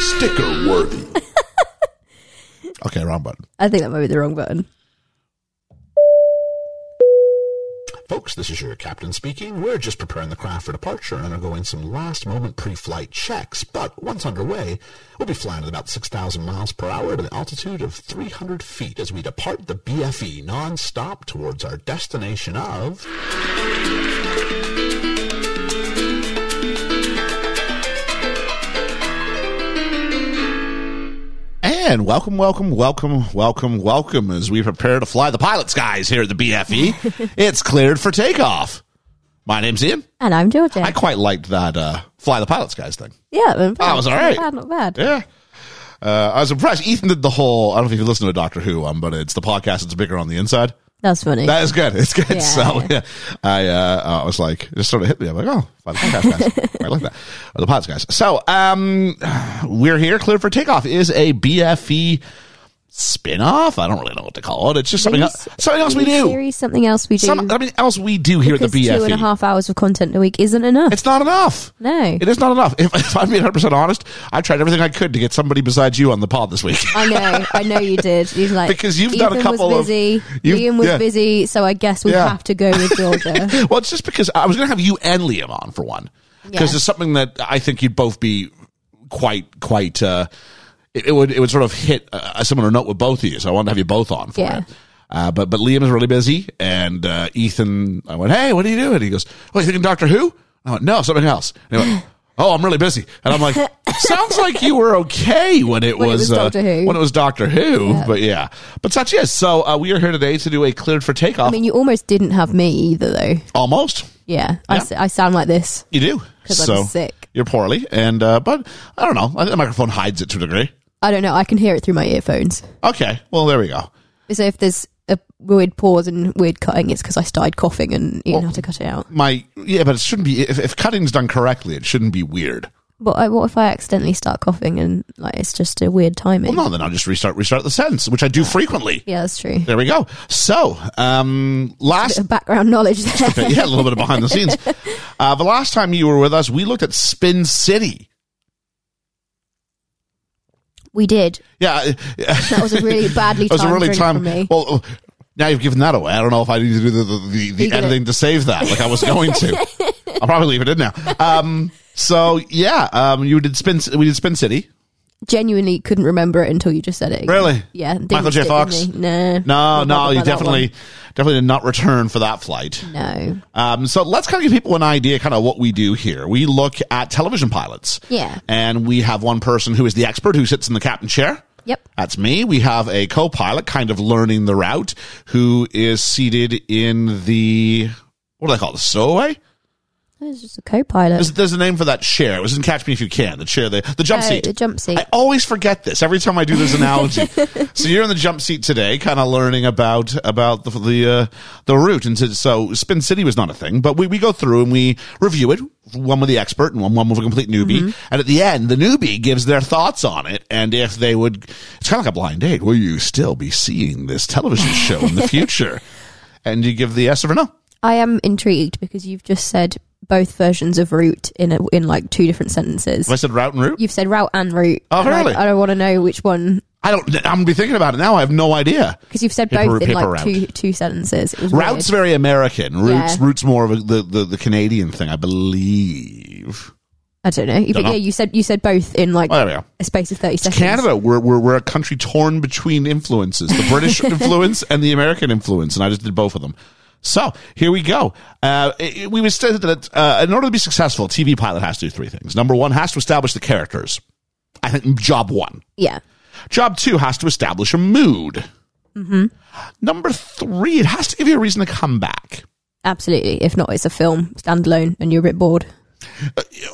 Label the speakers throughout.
Speaker 1: Sticker worthy. okay, wrong button.
Speaker 2: I think that might be the wrong button.
Speaker 1: Folks, this is your captain speaking. We're just preparing the craft for departure and undergoing some last moment pre flight checks, but once underway, we'll be flying at about 6,000 miles per hour at an altitude of 300 feet as we depart the BFE non stop towards our destination of. And welcome, welcome, welcome, welcome, welcome as we prepare to fly the pilot's guys here at the BFE. it's cleared for takeoff. My name's Ian.
Speaker 2: And I'm Georgia.
Speaker 1: I quite liked that uh, fly the pilot's guys thing.
Speaker 2: yeah, that
Speaker 1: That was all right.
Speaker 2: Not bad, not bad.
Speaker 1: Yeah. Uh, I was impressed. Ethan did the whole. I don't know if you listen to Doctor Who, um, but it's the podcast. It's bigger on the inside.
Speaker 2: That's funny.
Speaker 1: That is good. It's good.
Speaker 2: Yeah.
Speaker 1: so yeah, I uh, I was like, it just sort of hit me. I'm like, oh, by the podcast guys, I like that. Or the podcast guys. So um, we're here. Clear for takeoff is a BFE spin-off. I don't really know what to call it. It's just something
Speaker 2: Mini-
Speaker 1: else. Something else we do.
Speaker 2: Series, something else we do.
Speaker 1: Some, something else we do here at the
Speaker 2: because
Speaker 1: BFE.
Speaker 2: two and a half hours of content a week isn't enough.
Speaker 1: It's not enough.
Speaker 2: No.
Speaker 1: It is not enough. If, if I'm being 100% honest, I tried everything I could to get somebody besides you on the pod this week.
Speaker 2: I know, I know you did. You like
Speaker 1: Because you've
Speaker 2: Ethan
Speaker 1: done a couple of-
Speaker 2: was busy,
Speaker 1: you've-
Speaker 2: Liam was
Speaker 1: yeah.
Speaker 2: busy, so I guess we
Speaker 1: Yeah.
Speaker 2: have to go with Georgia.
Speaker 1: well, it's just because I was going to have you and Liam on for one because
Speaker 2: Yeah.
Speaker 1: it's something that I think you'd both be quite quite. Uh, it, it would it would sort of hit uh, a similar note with both of you, so I wanted to have you both on for
Speaker 2: Yeah.
Speaker 1: it. Uh, but but Liam is really busy, and uh, Ethan, I went, hey, what are you doing? He goes, oh, you thinking Doctor Who? I went, no, something else. And he went, oh, I'm really busy, and I'm like, sounds like you were okay when it
Speaker 2: When it
Speaker 1: was, uh,
Speaker 2: was Doctor Who.
Speaker 1: when it was Doctor Who, but yeah, but such is. So uh, we are here today to do a cleared for takeoff,
Speaker 2: I mean, you almost didn't have me either, though.
Speaker 1: almost.
Speaker 2: Yeah, I
Speaker 1: Yeah.
Speaker 2: s I I, sound like this.
Speaker 1: You do
Speaker 2: 'Cause I'm sick.
Speaker 1: You're poorly, and uh, but I don't know. I think the microphone hides it to a degree.
Speaker 2: I don't know. I can hear it through my earphones.
Speaker 1: Okay, well there we go.
Speaker 2: So if there's a weird pause and weird cutting, it's because I started coughing and you know how to cut it out.
Speaker 1: My yeah, but it shouldn't be. If, if cutting's done correctly, it shouldn't be weird.
Speaker 2: But I, what if I accidentally start coughing and like it's just a weird timing?
Speaker 1: Well, no, then I'll just restart restart the sentence, which I do frequently.
Speaker 2: Yeah, that's true.
Speaker 1: There we go. So um, last.
Speaker 2: Bit of background knowledge there.
Speaker 1: yeah, a little bit of behind the scenes. Uh, the last time you were with us, we looked at Spin City.
Speaker 2: we did.
Speaker 1: Yeah,
Speaker 2: That was a really badly
Speaker 1: it was
Speaker 2: timed
Speaker 1: a really
Speaker 2: drink
Speaker 1: time.
Speaker 2: for me.
Speaker 1: Well, now you've given that away. I don't know if I need to do the the, the,
Speaker 2: You
Speaker 1: the
Speaker 2: get it.
Speaker 1: editing to save that, like I was going to. I'll probably leave it in now. Um, so yeah, um, you did spin. We did Spin City.
Speaker 2: Genuinely couldn't remember it until you just said it. again.
Speaker 1: Really?
Speaker 2: Yeah. didn't
Speaker 1: Michael J.
Speaker 2: stick with
Speaker 1: Fox?
Speaker 2: me. No.
Speaker 1: No,
Speaker 2: Not
Speaker 1: no,
Speaker 2: bothered
Speaker 1: you
Speaker 2: by that
Speaker 1: definitely, definitely did not return for that flight.
Speaker 2: one. No.
Speaker 1: Um, so let's kind of give people an idea, kind of what we do here. We look at television pilots.
Speaker 2: Yeah.
Speaker 1: And we have one person who is the expert who sits in the captain chair.
Speaker 2: Yep.
Speaker 1: That's me. We have a co pilot kind of learning the route who is seated in the, what do they call it? The stowaway?
Speaker 2: It's just a co-pilot.
Speaker 1: There's, there's a name for that chair. It was in Catch Me If You Can, the chair, the, the jump
Speaker 2: Oh,
Speaker 1: seat.
Speaker 2: the jump seat.
Speaker 1: I always forget this every time I do this analogy. so you're in the jump seat today, kind of learning about about the the, uh, the route. And so- so Spin City was not a thing, but we, we go through and we review it, one with the expert and one, one with a complete newbie. And at the end, the newbie gives their thoughts on it. And if they would, it's kind of like a blind date. Will you still be seeing this television show in the future? and you give the yes or no.
Speaker 2: I am intrigued because you've just said both versions of route in a, in like two different sentences.
Speaker 1: If I said route and route,
Speaker 2: You've said route and route.
Speaker 1: Oh,
Speaker 2: and I-
Speaker 1: really?
Speaker 2: I, don't want to know which one
Speaker 1: I don't, I'm going to be thinking about it now. I have no idea.
Speaker 2: because you've said
Speaker 1: Paper-
Speaker 2: both in
Speaker 1: paper
Speaker 2: like
Speaker 1: route.
Speaker 2: two two sentences. It was
Speaker 1: Route's
Speaker 2: weird.
Speaker 1: very American. Roots,
Speaker 2: Yeah.
Speaker 1: roots more of a, the, the the Canadian thing, I believe.
Speaker 2: I don't know.
Speaker 1: Don't
Speaker 2: but
Speaker 1: know.
Speaker 2: yeah, you said you said both in like
Speaker 1: Well, there we go.
Speaker 2: a space of thirty seconds.
Speaker 1: Canada, we're, we're we're a country torn between influences, the British influence and the American influence, and I just did both of them. So here we go. Uh, it- it- we would say that uh, in order to be successful, a TV pilot has to do three things. Number one, has to establish the characters. I think job one.
Speaker 2: Yeah.
Speaker 1: Job two has to establish a mood. Number three, it has to give you a reason to come back.
Speaker 2: Absolutely. If not, it's a film standalone, and you're a bit bored.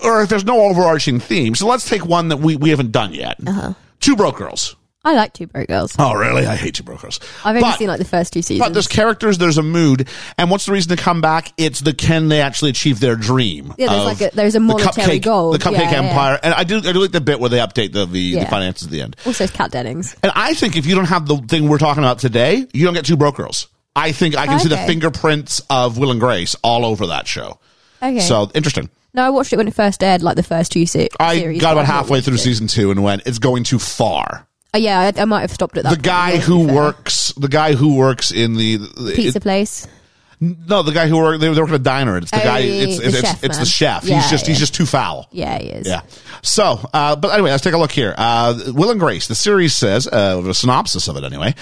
Speaker 1: or if there's no overarching theme. So let's take one that we, we haven't done yet.
Speaker 2: Uh-huh.
Speaker 1: Two Broke Girls.
Speaker 2: I like Two Broke Girls.
Speaker 1: Oh, really? I hate Two Broke Girls.
Speaker 2: I've only
Speaker 1: but,
Speaker 2: seen like the first two
Speaker 1: but
Speaker 2: seasons.
Speaker 1: there's characters, there's a mood, and what's the reason to come back? It's the can they actually achieve their dream?
Speaker 2: Yeah, there's
Speaker 1: of
Speaker 2: like a- there's a
Speaker 1: the
Speaker 2: monetary
Speaker 1: cupcake,
Speaker 2: goal.
Speaker 1: the cupcake
Speaker 2: Yeah, yeah.
Speaker 1: empire, and I do I do like the bit where they update the the, the
Speaker 2: Yeah.
Speaker 1: finances at the end.
Speaker 2: also, it's Kat Dennings.
Speaker 1: And I think if you don't have the thing we're talking about today, you don't get Two Broke Girls. I think I can see the
Speaker 2: Okay.
Speaker 1: fingerprints of Will and Grace all over that show.
Speaker 2: Okay.
Speaker 1: So interesting.
Speaker 2: No, I watched it when it first aired, like the first two se-
Speaker 1: I
Speaker 2: series.
Speaker 1: got
Speaker 2: but
Speaker 1: about
Speaker 2: haven't
Speaker 1: halfway
Speaker 2: watched
Speaker 1: through
Speaker 2: it.
Speaker 1: season two and went, it's going too far.
Speaker 2: Uh, yeah, I, I might have stopped at that.
Speaker 1: The
Speaker 2: point,
Speaker 1: guy
Speaker 2: to be
Speaker 1: who
Speaker 2: fair.
Speaker 1: works, the guy who works in the, the-
Speaker 2: pizza place.
Speaker 1: no, the guy who worked, they, they work at a diner. It's the
Speaker 2: Oh,
Speaker 1: guy,
Speaker 2: yeah, yeah,
Speaker 1: it's,
Speaker 2: the
Speaker 1: it's, it's,
Speaker 2: chef
Speaker 1: it's the
Speaker 2: man.
Speaker 1: chef. he's
Speaker 2: Yeah,
Speaker 1: just, he's
Speaker 2: yeah.
Speaker 1: just too foul.
Speaker 2: Yeah, he is.
Speaker 1: Yeah. So, uh, but anyway, let's take a look here. Uh, Will and Grace, the series says, uh, a synopsis of it anyway.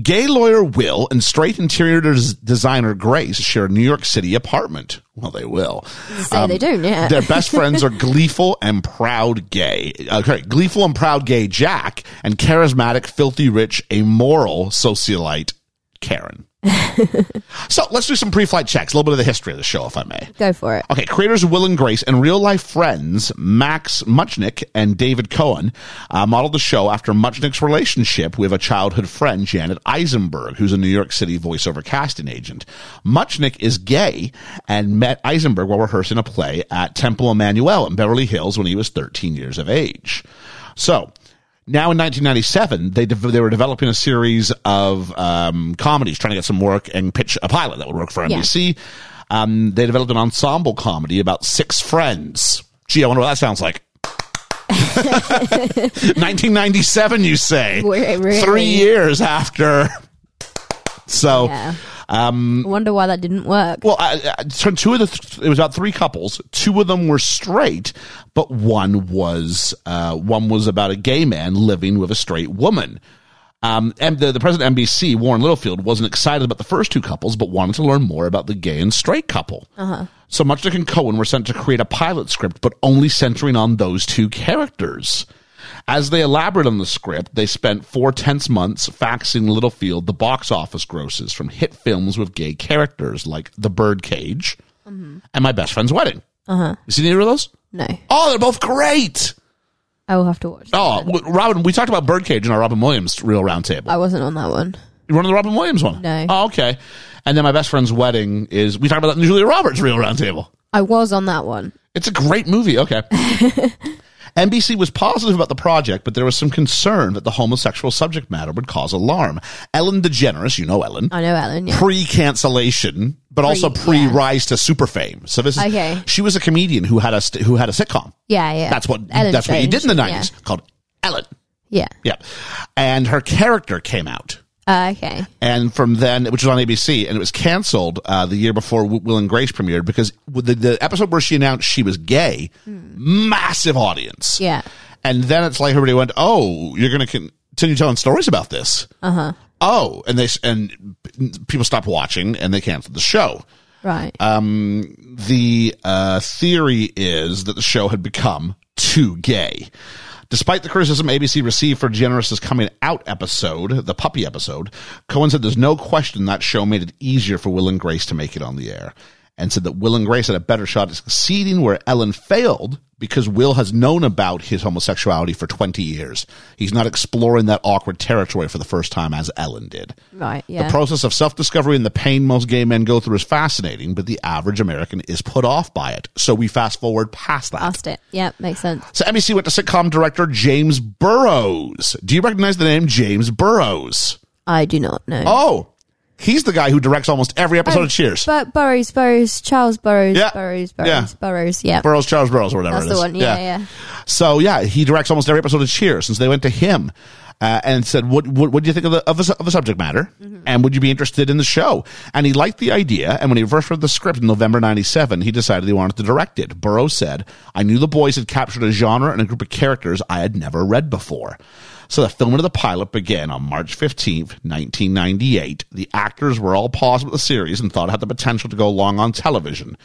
Speaker 1: Gay lawyer Will and straight interior des- designer Grace share a New York City apartment. Well, they will. Um,
Speaker 2: Say they do, yeah.
Speaker 1: Their best friends are gleeful and proud gay. Uh, sorry, gleeful and proud gay Jack and charismatic, filthy rich, amoral socialite Karen. so let's do some pre flight checks, a little bit of the history of the show, if I may.
Speaker 2: Go for it.
Speaker 1: Okay, creators Will and Grace and real life friends Max Muchnick and David Cohen uh, modeled the show after Muchnick's relationship with a childhood friend, Janet Eisenberg, who's a New York City voiceover casting agent. Muchnick is gay and met Eisenberg while rehearsing a play at Temple Emmanuel in Beverly Hills when he was 13 years of age. So, now in 1997, they dev- they were developing a series of um, comedies, trying to get some work and pitch a pilot that would work for NBC. Um, they developed an ensemble comedy about six friends. Gee, I wonder what that sounds like. 1997, you say?
Speaker 2: Wait, really?
Speaker 1: Three years after. So.
Speaker 2: Yeah. Um, wonder why that didn't work.
Speaker 1: Well, I, I, so two of the th- it was about three couples. Two of them were straight, but one was uh, one was about a gay man living with a straight woman. Um, and the, the president of NBC, Warren Littlefield, wasn't excited about the first two couples, but wanted to learn more about the gay and straight couple. Uh-huh. So Muchnick and Cohen were sent to create a pilot script, but only centering on those two characters. As they elaborate on the script, they spent four tense months faxing Littlefield the box office grosses from hit films with gay characters like The Birdcage and My Best Friend's Wedding. Uh-huh. You seen either of those?
Speaker 2: No,
Speaker 1: Oh, they're both great.
Speaker 2: I will have to watch. that.
Speaker 1: Oh, w- Robin, we talked about Birdcage in our Robin Williams real roundtable.
Speaker 2: I wasn't on that one.
Speaker 1: You run to the Robin Williams one?
Speaker 2: No.
Speaker 1: Oh, okay. And then my best friend's wedding is we talked about that in the Julia Roberts Real Roundtable.
Speaker 2: I was on that one.
Speaker 1: It's a great movie. Okay. NBC was positive about the project, but there was some concern that the homosexual subject matter would cause alarm. Ellen DeGeneres, you know Ellen,
Speaker 2: I know Ellen. Yeah.
Speaker 1: pre-cancellation, but also
Speaker 2: Pre- yeah.
Speaker 1: pre-rise to super fame. So this is
Speaker 2: Okay.
Speaker 1: she was a comedian who had a st- who had a sitcom.
Speaker 2: yeah, yeah.
Speaker 1: That's what
Speaker 2: Ellen
Speaker 1: that's what you did in the
Speaker 2: Page,
Speaker 1: nineties called Ellen.
Speaker 2: Yeah.
Speaker 1: Yep. And her character came out
Speaker 2: yeah. Uh, okay.
Speaker 1: and from then, which was on ABC, and it was canceled uh, the year before W- Will and Grace premiered because with the, the episode where she announced she was gay, massive audience.
Speaker 2: Yeah.
Speaker 1: And then it's like everybody went, "Oh, you're going to continue telling stories about this." Uh huh. Oh, and they s- and people stopped watching and they canceled the show
Speaker 2: Right.
Speaker 1: Uh, the uh, theory is that the show had become too gay. Despite the criticism ABC received for Generous's coming out episode, the puppy episode, Cohen said there's no question that show made it easier for Will and Grace to make it on the air, and said that Will and Grace had a better shot at succeeding where Ellen failed because Will has known about his homosexuality for 20 years. He's not exploring that awkward territory for the first time as Ellen did.
Speaker 2: right. Yeah.
Speaker 1: The process of self discovery and the pain most gay men go through is fascinating, but the average American is put off by it. So we fast forward past that.
Speaker 2: Asked it. Yeah, makes sense.
Speaker 1: So NBC went to sitcom director James Burrows. Do you recognize the name James Burrows?
Speaker 2: I do not know.
Speaker 1: Oh, he's the guy who directs almost every episode
Speaker 2: Oh,
Speaker 1: of Cheers.
Speaker 2: But Burrows, Burrows, Charles Burrows,
Speaker 1: Yeah.
Speaker 2: Burrows, Burrows,
Speaker 1: Yeah.
Speaker 2: Burrows. Yeah.
Speaker 1: Burrows, Charles Burrows, or whatever
Speaker 2: That's
Speaker 1: it is.
Speaker 2: the one. Yeah, yeah.
Speaker 1: So yeah, he directs almost every episode of Cheers since they went to him uh, and said, "What what, what do you think of the, of the of the subject matter? And would you be interested in the show?" And he liked the idea. And when he first read the script in November '97, he decided he wanted to direct it. Burroughs said, "I knew the boys had captured a genre and a group of characters I had never read before." So the filming of the pilot began on March 15th, 1998. The actors were all paused with the series and thought it had the potential to go long on television.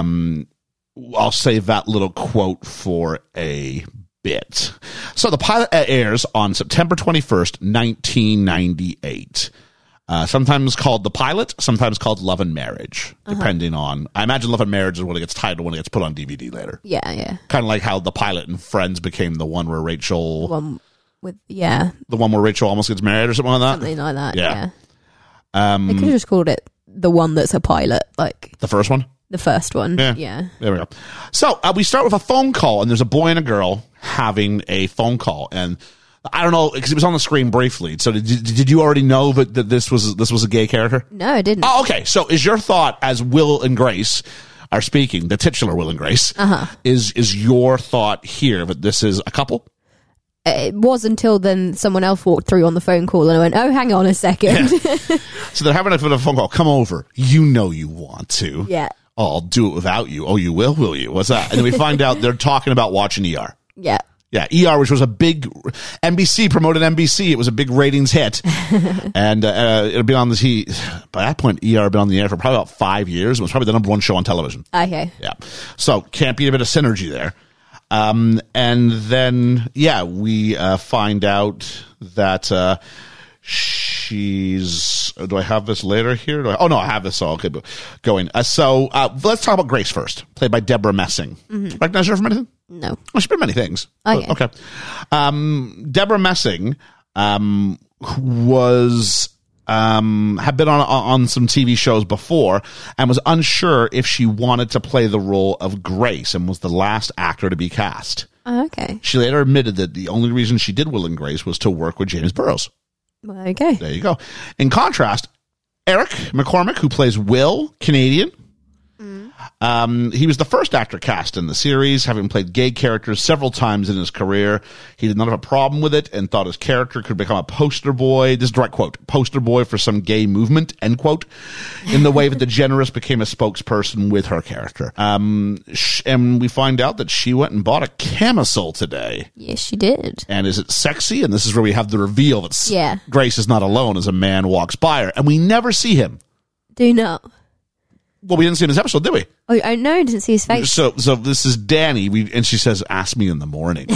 Speaker 1: I'll save that little quote for a bit. So the pilot airs on September 21st, 1998. Uh, sometimes called the pilot, sometimes called Love and Marriage, depending on. I imagine Love and Marriage is what it gets titled when it gets put on DVD later.
Speaker 2: Yeah, yeah.
Speaker 1: Kind of like how the pilot and Friends became the one where Rachel,
Speaker 2: One with yeah,
Speaker 1: the one where Rachel almost gets married or something like that.
Speaker 2: something like that.
Speaker 1: Yeah.
Speaker 2: Yeah. Um, they could have just called it the one that's a pilot, like
Speaker 1: The first one.
Speaker 2: the first one.
Speaker 1: Yeah.
Speaker 2: Yeah.
Speaker 1: There we go. So uh, we start with a phone call, and there's a boy and a girl having a phone call, and I don't know because it was on the screen briefly. So did, did you already know that, that this was this was a gay character?
Speaker 2: No, I didn't.
Speaker 1: Oh, okay. So is your thought as Will and Grace are speaking, the titular Will and Grace,
Speaker 2: Uh-huh.
Speaker 1: is is your thought here that this is a couple?
Speaker 2: It was until then someone else walked through on the phone call and I went, oh, hang on a second. Yeah.
Speaker 1: So they're having a bit of a phone call. Come over. You know you want to.
Speaker 2: yeah.
Speaker 1: Oh, I'll do it without you. Oh, you will, will you? What's that? And then we find out they're talking about watching ER. Yeah, ER, which was a big NBC promoted NBC. It was a big ratings hit, and uh, uh, it'll be on the T. By that point, ER had been on the air for probably about five years. It was probably the number one show on television.
Speaker 2: Okay.
Speaker 1: Yeah. So can't be a bit of synergy there. Um, and then, yeah, we uh, find out that uh, she's. uh, Do I have this later here? Do I, oh, no, I have this all good, going. Uh, so uh, let's talk about Grace first, played by Deborah Messing. Recognize her from anything?
Speaker 2: No.
Speaker 1: Well, she's been many things.
Speaker 2: Oh, yeah.
Speaker 1: Okay. Um, Deborah Messing um, was um, had been on on some TV shows before and was unsure if she wanted to play the role of Grace and was the last actor to be cast.
Speaker 2: Oh, okay.
Speaker 1: She later admitted that the only reason she did Will and Grace was to work with James Burrows.
Speaker 2: Well, okay.
Speaker 1: There you go. In contrast, Eric McCormick, who plays Will, Canadian, um, he was the first actor cast in the series, having played gay characters several times in his career. He did not have a problem with it and thought his character could become a poster boy. This is a direct quote, poster boy for some gay movement, end quote, in the way that the generous became a spokesperson with her character. Um, sh- and we find out that she went and bought a camisole today.
Speaker 2: Yes, she did.
Speaker 1: And is it sexy? And this is where we have the reveal that s-
Speaker 2: Yeah.
Speaker 1: Grace is not alone as a man walks by her. And we never see him.
Speaker 2: Do not.
Speaker 1: Well, we didn't see him in this episode, did we?
Speaker 2: Oh, oh no, I didn't see his face.
Speaker 1: So, so this is Danny, we, and she says, "Ask me in the morning,"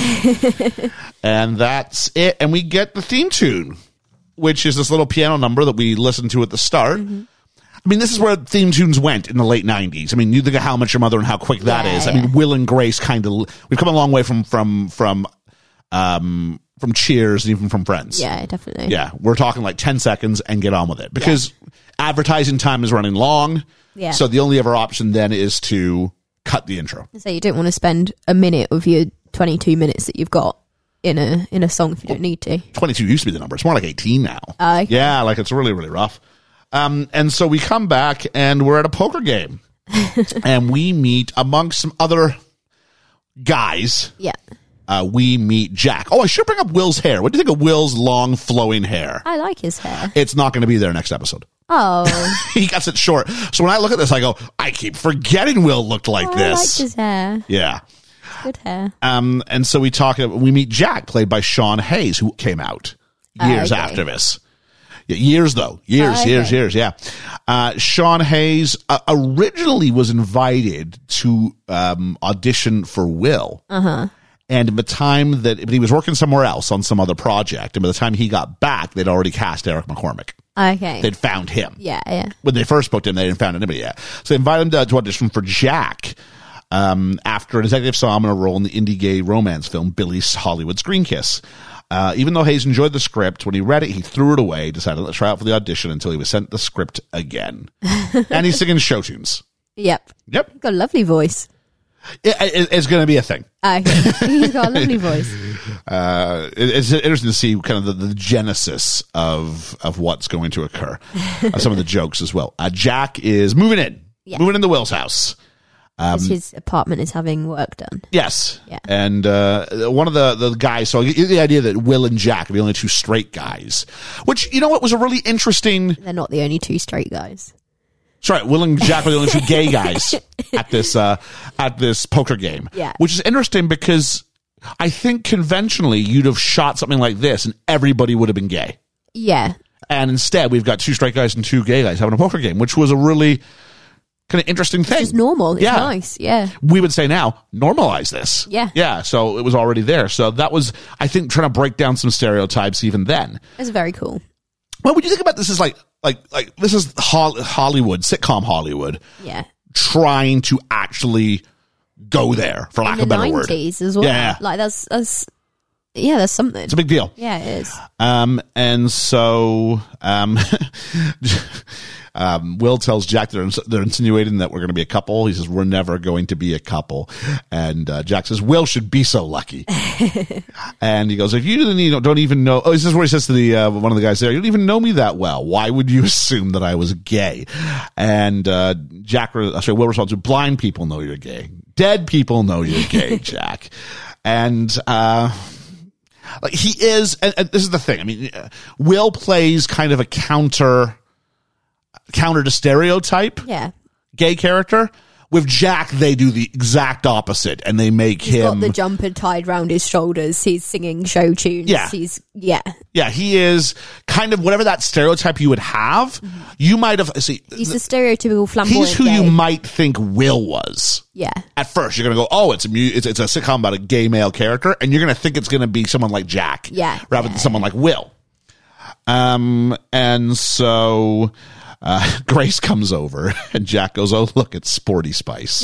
Speaker 1: and that's it. And we get the theme tune, which is this little piano number that we listened to at the start.
Speaker 2: Mm-hmm.
Speaker 1: I mean, this is where theme tunes went in the late '90s. I mean, you think of How Much Your Mother and how quick that is.
Speaker 2: Yeah,
Speaker 1: I mean, Will and Grace kind of we've come a long way from from from um from Cheers and even from Friends.
Speaker 2: Yeah, definitely.
Speaker 1: Yeah, we're talking like 10 seconds and get on with it because advertising time is running long.
Speaker 2: Yeah.
Speaker 1: So the only other option then is to cut the intro.
Speaker 2: So you don't want to spend a minute of your 22 minutes that you've got in a in a song if you don't need to.
Speaker 1: 22 used to be the number. It's more like 18 now.
Speaker 2: Uh, okay.
Speaker 1: Yeah, like it's really, really rough. Um, and so we come back and we're at a poker game and we meet amongst some other guys.
Speaker 2: Yeah.
Speaker 1: Uh, we meet Jack. Oh, I should bring up Will's hair. What do you think of Will's long flowing hair?
Speaker 2: I like his hair.
Speaker 1: It's not going to be there next episode.
Speaker 2: Oh,
Speaker 1: he cuts it short. So when I look at this, I go, I keep forgetting Will looked like
Speaker 2: Oh, I like
Speaker 1: this.
Speaker 2: his hair.
Speaker 1: yeah.
Speaker 2: Good hair.
Speaker 1: Um, and so we talk, we meet Jack, played by Sean Hayes, who came out years
Speaker 2: Oh, okay.
Speaker 1: after this. Yeah, years though. Years,
Speaker 2: Oh, okay.
Speaker 1: years, years. Yeah. Uh, Sean Hayes uh, originally was invited to, um, audition for Will.
Speaker 2: Uh-huh.
Speaker 1: And by the time that, but he was working somewhere else on some other project. And by the time he got back, they'd already cast Eric McCormick.
Speaker 2: Okay.
Speaker 1: They'd found him
Speaker 2: yeah, yeah.
Speaker 1: when they first booked him, they didn't found anybody yet. So they invited him to, to audition for Jack um, after an executive saw him in a role in the indie gay romance film Billy's Hollywood's Green Kiss. Uh, even though Hayes enjoyed the script, when he read it, he threw it away, decided to try out for the audition until he was sent the script again. and he's singing show tunes.
Speaker 2: Yep.
Speaker 1: Yep.
Speaker 2: He's got a lovely voice.
Speaker 1: It- it- it's going to be a thing.
Speaker 2: Okay. He's got a lovely voice.
Speaker 1: uh, it- it's interesting to see kind of the, the genesis of of what's going to occur. Uh, some of the jokes as well. Uh, Jack is moving in,
Speaker 2: Yeah.
Speaker 1: moving into Will's house. Um,
Speaker 2: 'Cause his apartment is having work done.
Speaker 1: Yes,
Speaker 2: Yeah.
Speaker 1: and uh, one of the the guys. So I get the idea that Will and Jack are the only two straight guys, which you know what was a really interesting.
Speaker 2: They're not the only two straight guys.
Speaker 1: Sorry, Will and Jack were the only two gay guys at this uh, at this poker game.
Speaker 2: Yeah.
Speaker 1: which is interesting because I think conventionally you'd have shot something like this and everybody would have been gay.
Speaker 2: Yeah.
Speaker 1: And instead, we've got two straight guys and two gay guys having a poker game, which was a really kind of interesting thing.
Speaker 2: It's normal. It's
Speaker 1: Yeah.
Speaker 2: nice. Yeah.
Speaker 1: we would say now, normalize this.
Speaker 2: Yeah.
Speaker 1: Yeah. So it was already there. So that was, I think, trying to break down some stereotypes even then.
Speaker 2: It's very cool.
Speaker 1: Well, would you think about this as like, like, like this is Hol- Hollywood, sitcom Hollywood,
Speaker 2: Yeah.
Speaker 1: trying to actually go there, for lack
Speaker 2: In
Speaker 1: of
Speaker 2: the
Speaker 1: a better word.
Speaker 2: nineties as well.
Speaker 1: Yeah.
Speaker 2: Like that's that's yeah, that's something.
Speaker 1: It's a big deal.
Speaker 2: Yeah, it is.
Speaker 1: Um, and so, um, Um, Will tells Jack they're, ins- they're insinuating that we're going to be a couple. He says, We're never going to be a couple. And uh, Jack says, Will should be so lucky. and he goes, If you didn't, you know, don't even know. Oh, this is where he says to the uh, one of the guys there, You don't even know me that well. Why would you assume that I was gay? And uh, Jack, re- sorry, Will responds, Blind people know you're gay. Dead people know you're gay, Jack. And, uh, like he is and, and this is the thing i mean uh, will plays kind of a counter counter to stereotype
Speaker 2: Yeah.
Speaker 1: gay character with jack they do the exact opposite and they make
Speaker 2: He's
Speaker 1: him
Speaker 2: got the jumper tied round his shoulders. He's singing show tunes.
Speaker 1: Yeah.
Speaker 2: He's yeah.
Speaker 1: yeah he is kind of whatever that stereotype you would have you might have see
Speaker 2: He's a stereotypical flamboyant.
Speaker 1: he's who
Speaker 2: gay.
Speaker 1: you might think will was
Speaker 2: Yeah.
Speaker 1: at first you're gonna go oh it's a mu- it's, it's a sitcom about a gay male character and you're gonna think it's gonna be someone like jack
Speaker 2: Yeah.
Speaker 1: rather than someone like will um and so uh, grace comes over and jack goes oh look it's sporty spice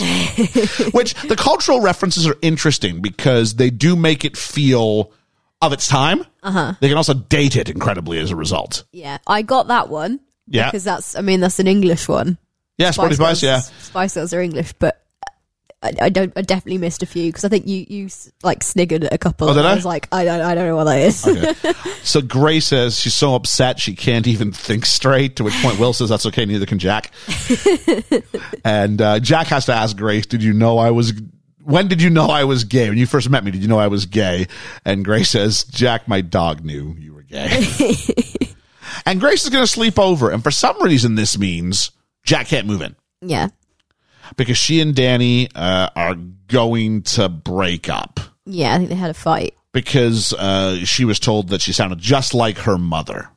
Speaker 1: which the cultural references are interesting because they do make it feel of its time uh-huh. they can also date it incredibly as a result
Speaker 2: Yeah. I got that one.
Speaker 1: Yeah.
Speaker 2: Because that's I mean that's an English one.
Speaker 1: yeah sporty spice yeah
Speaker 2: Girls- Spice Girls are English, but I, I don't. I definitely missed a few because I think you you s- like sniggered at a couple.
Speaker 1: Oh, did
Speaker 2: and
Speaker 1: I?
Speaker 2: I was like, I don't, I don't know what that is.
Speaker 1: So Gray says she's so upset she can't even think straight. To which point Will says that's okay, neither can Jack. and uh, Jack has to ask Grace, "Did you know I was? When did you know I was gay? When you first met me, did you know I was gay?" And Grace says, "Jack, my dog knew you were gay." and Grace is going to sleep over, and for some reason, this means Jack can't move in
Speaker 2: yeah,
Speaker 1: because she and Danny uh, are going to break up
Speaker 2: yeah. I think they had a fight.
Speaker 1: because uh, she was told that she sounded just like her mother.